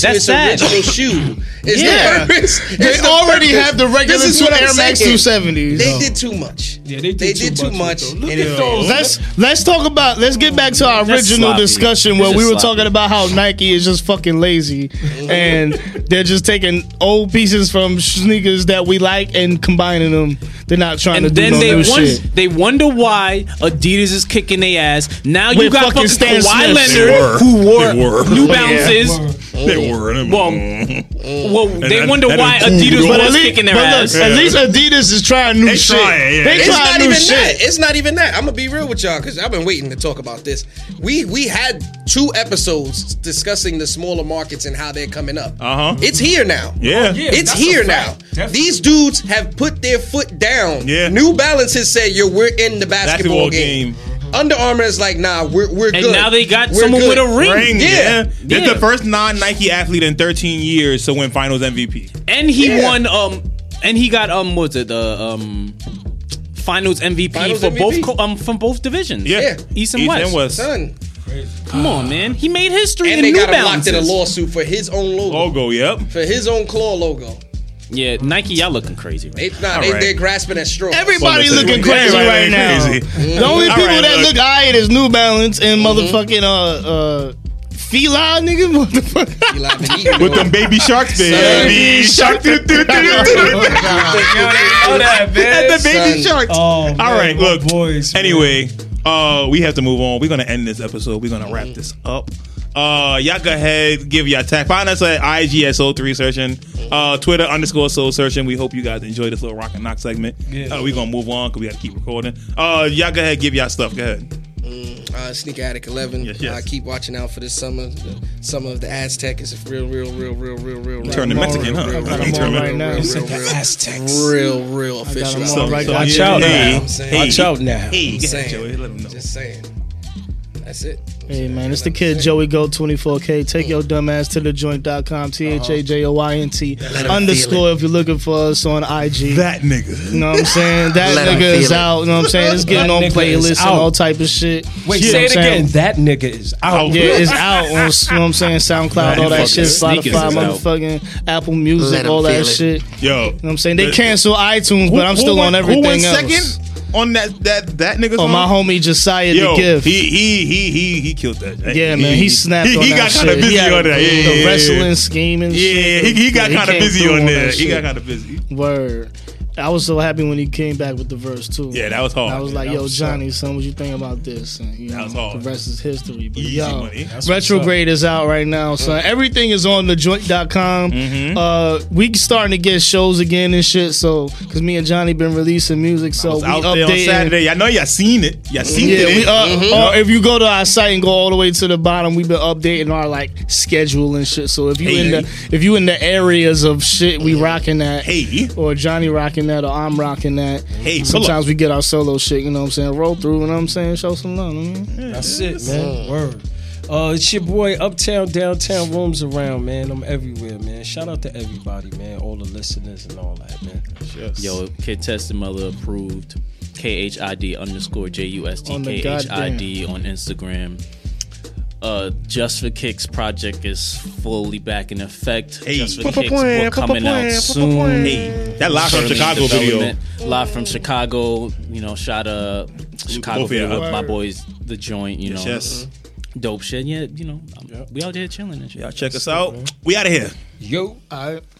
S1: sad. That's
S2: to
S1: sad.
S2: its original shoe. It's
S6: Yeah.
S2: the purpose.
S6: They
S2: It's the
S6: already
S2: purpose.
S6: have the regular
S2: This is
S6: two
S2: what I'm
S6: Air Max
S2: saying.
S6: 270s.
S2: They did too much.
S5: Yeah, they did too
S2: too much.
S5: much with those.
S2: and
S5: Look
S2: it
S5: at
S2: failed.
S5: those.
S6: Let's let's talk about let's get back to our
S1: That's
S6: original
S1: sloppy.
S6: discussion where
S1: This
S6: we
S1: is
S6: were
S1: sloppy.
S6: talking about how Nike is just fucking lazy and they're just taking old pieces from sneakers that we like and combining them. They're not trying
S1: And
S6: to do
S1: then
S6: no
S1: they
S6: new
S1: won-
S6: shit.
S1: they wonder why Adidas is kicking their ass. Now you
S6: With
S1: got fucking,
S6: fucking Stan
S1: Kawhi
S6: Smith.
S1: Leonard
S4: They were.
S1: who wore
S4: They were.
S1: New
S4: Yeah.
S1: Bounces.
S4: They were.
S1: Well, Well, they
S4: that-
S1: wonder
S4: that
S1: why
S4: improved
S1: Adidas
S4: on-
S6: But,
S1: was
S6: at least,
S1: kicking their
S6: but
S1: ass.
S6: look, at least Adidas is trying new
S4: They
S6: shit.
S4: trying, yeah.
S6: They
S2: It's
S4: It's
S6: trying
S2: not
S6: new
S2: even
S6: shit.
S2: that. It's not even that. I'm gonna be real with y'all because I've been waiting to talk about this. We we had two episodes discussing the smaller markets and how they're coming up.
S4: Uh-huh.
S2: It's here now.
S4: Yeah.
S5: Yeah.
S2: It's
S5: that's
S2: here
S5: a
S2: now.
S5: fact. Definitely.
S2: These dudes have put their foot down.
S4: Yeah.
S2: New Balance has said, "Yo, we're in the basketball,
S4: Basketball
S2: game."
S4: game.
S2: Under Armour is like, "Nah, we're we're
S1: And
S2: good."
S1: now they got
S2: We're
S1: someone
S2: good.
S1: with a ring.
S4: Ring, yeah.
S2: Yeah.
S4: This
S1: Yeah.
S4: the first non Nike athlete in 13 years to win Finals MVP.
S1: And he
S2: Yeah.
S1: won um and he got um what was it the um finals MVP
S2: Finals
S1: for both
S2: MVP.
S1: co- um from both divisions.
S4: Yeah.
S2: Yeah.
S1: East and West.
S2: Son,
S1: Come on, man. He made history
S2: and
S1: in
S2: they
S1: New
S2: got him locked
S1: Balances.
S2: in a lawsuit for his own logo,
S4: Logo, yep.
S2: for his own claw logo.
S1: Yeah, Nike, y'all looking crazy right
S2: It's not.
S4: All
S2: They,
S4: right.
S2: They're grasping at straws.
S6: Everybody
S4: Well, listen,
S6: looking crazy
S4: everybody
S6: right now.
S4: looking crazy.
S6: The only
S4: All
S6: people
S4: right,
S6: that
S4: look.
S6: look Mm-hmm. alright is New Balance and motherfucking uh uh Fila nigga. What the fuck?
S2: Eli Manning,
S4: With them baby sharks, baby shark. do, do, do, do, do, do. At the baby
S2: Son.
S4: sharks.
S5: Oh,
S4: All right, look.
S5: Boys, man.
S4: anyway, uh, we have to move on. We're gonna end this episode. We're gonna wrap this up. Uh, y'all go ahead, give your tag. Find us at IG at Soul Three Searching, uh, Twitter underscore Soul Searching. We hope you guys enjoyed this little rock and knock segment.
S5: Yeah.
S4: Uh, we gonna move on because we gotta keep recording. Uh, y'all go ahead, give y'all stuff. Go ahead.
S2: uh, Sneak Attic 11.
S4: Yes, yes.
S2: Uh, keep watching out for this summer. The summer of the Aztec is real, real, real, real, real, real. real
S4: turning
S2: real,
S4: Mexican, huh?
S2: real,
S4: I
S2: real,
S4: got 'em
S2: real,
S4: on
S2: real,
S6: right now.
S2: real,
S6: You
S5: said the
S2: real,
S5: Aztecs.
S2: Real, real official.
S6: them all
S2: So,
S6: right
S2: so,
S6: now.
S5: Watch
S4: yeah,
S5: out
S4: hey,
S5: now.
S4: Hey,
S5: Watch out now.
S4: Hey, go ahead,
S2: Saying.
S4: Joey, let 'em know.
S2: Just saying. That's it.
S6: Hey man, it's the kid Joey Go 24K. Take your dumb ass to the joint.com, T H
S2: Uh-huh.
S6: A J O I N T underscore if you're looking for us on IG.
S4: that nigga.
S6: you know what I'm saying? That
S2: Let 'em
S6: nigga is
S2: feel it.
S6: out, you know what I'm saying? It's getting
S5: That
S6: on
S5: nigga
S6: playlists
S5: is
S6: and
S5: out.
S6: all type of shit.
S5: Wait,
S6: You know
S5: say
S6: what
S5: it
S6: I'm saying?
S5: again. That nigga is out.
S6: Yeah, it's out on, you know what I'm saying, SoundCloud, all that shit, Spotify,
S1: Sneakers is out.
S6: motherfucking Apple
S2: Let
S6: Music,
S2: 'em
S6: all that
S2: feel it.
S6: shit. You
S4: Yo,
S6: know what I'm saying? They cancel iTunes, but I'm still on everything
S4: who went
S6: else.
S4: second on that that that nigga's
S6: Oh, my
S4: song?
S6: homie Josiah
S4: Yo,
S6: the Gift.
S4: He he he he he killed that.
S6: yeah, man, he snapped
S4: He,
S6: on
S4: he
S6: that
S4: got
S6: shit.
S4: kind of busy
S6: He had
S4: on that. Yeah, yeah,
S6: the
S4: yeah,
S6: wrestling
S4: yeah.
S6: scheme and
S4: Yeah,
S6: shit.
S4: he, he got
S6: Yeah,
S4: kind of
S6: came
S4: busy
S6: through
S4: on there.
S6: that
S4: He got
S6: shit.
S4: kind of busy.
S6: Word. I was so happy when he came back with the verse too.
S4: Yeah, that was hard.
S6: I was
S4: man.
S6: like,
S4: That
S6: "Yo,
S4: was
S6: Johnny, son, what you think about this?" And, you
S4: That was
S6: know,
S4: hard.
S6: the rest is history. But
S4: easy
S6: yo,
S4: money.
S6: Retrograde is out right now, son. Everything is on thejoint.com.
S4: Mm-hmm.
S6: Uh, we starting to get shows again and shit. So, cause me and Johnny been releasing music, so
S4: was
S6: we
S4: out there on
S6: updating.
S4: Saturday. I know y'all seen it. Y'all seen
S6: Yeah,
S4: it.
S6: we up. Or if you go to our site and go all the way to the bottom, we've been updating our like schedule and shit. So if you
S4: Hey.
S6: in the if you in the areas of shit, we rocking that.
S4: hey,
S6: Or Johnny rocking that, or I'm rocking that.
S4: hey, pull up.
S6: Sometimes we get our solo shit, you know what I'm saying? Roll through, you know what I'm saying? Show some love, you know what I mean?
S5: That's it, man. Word. Uh, it's your boy Uptown, Downtown, roams around, man. I'm everywhere, man. Shout out to everybody, man. All the listeners and all that, man.
S1: Yo, Kid Tested Mother approved. K H I D underscore J U S T
S6: On the
S1: K H I D on Instagram. Uh, Just for Kicks project is fully back in effect.
S4: Hey.
S1: Just for Kicks, we're coming out soon.
S4: Hey, that live from
S1: Currently in
S4: Chicago video.
S1: development. Live from Chicago, you know, shot a Chicago
S4: Both of y'all.
S1: video with my boys, The Joint, you know.
S4: Yes.
S1: Dope shit. Yeah, you know, I'm- we out there chilling and shit.
S4: Y'all check us out. We out of here.
S5: Yo.
S6: All right.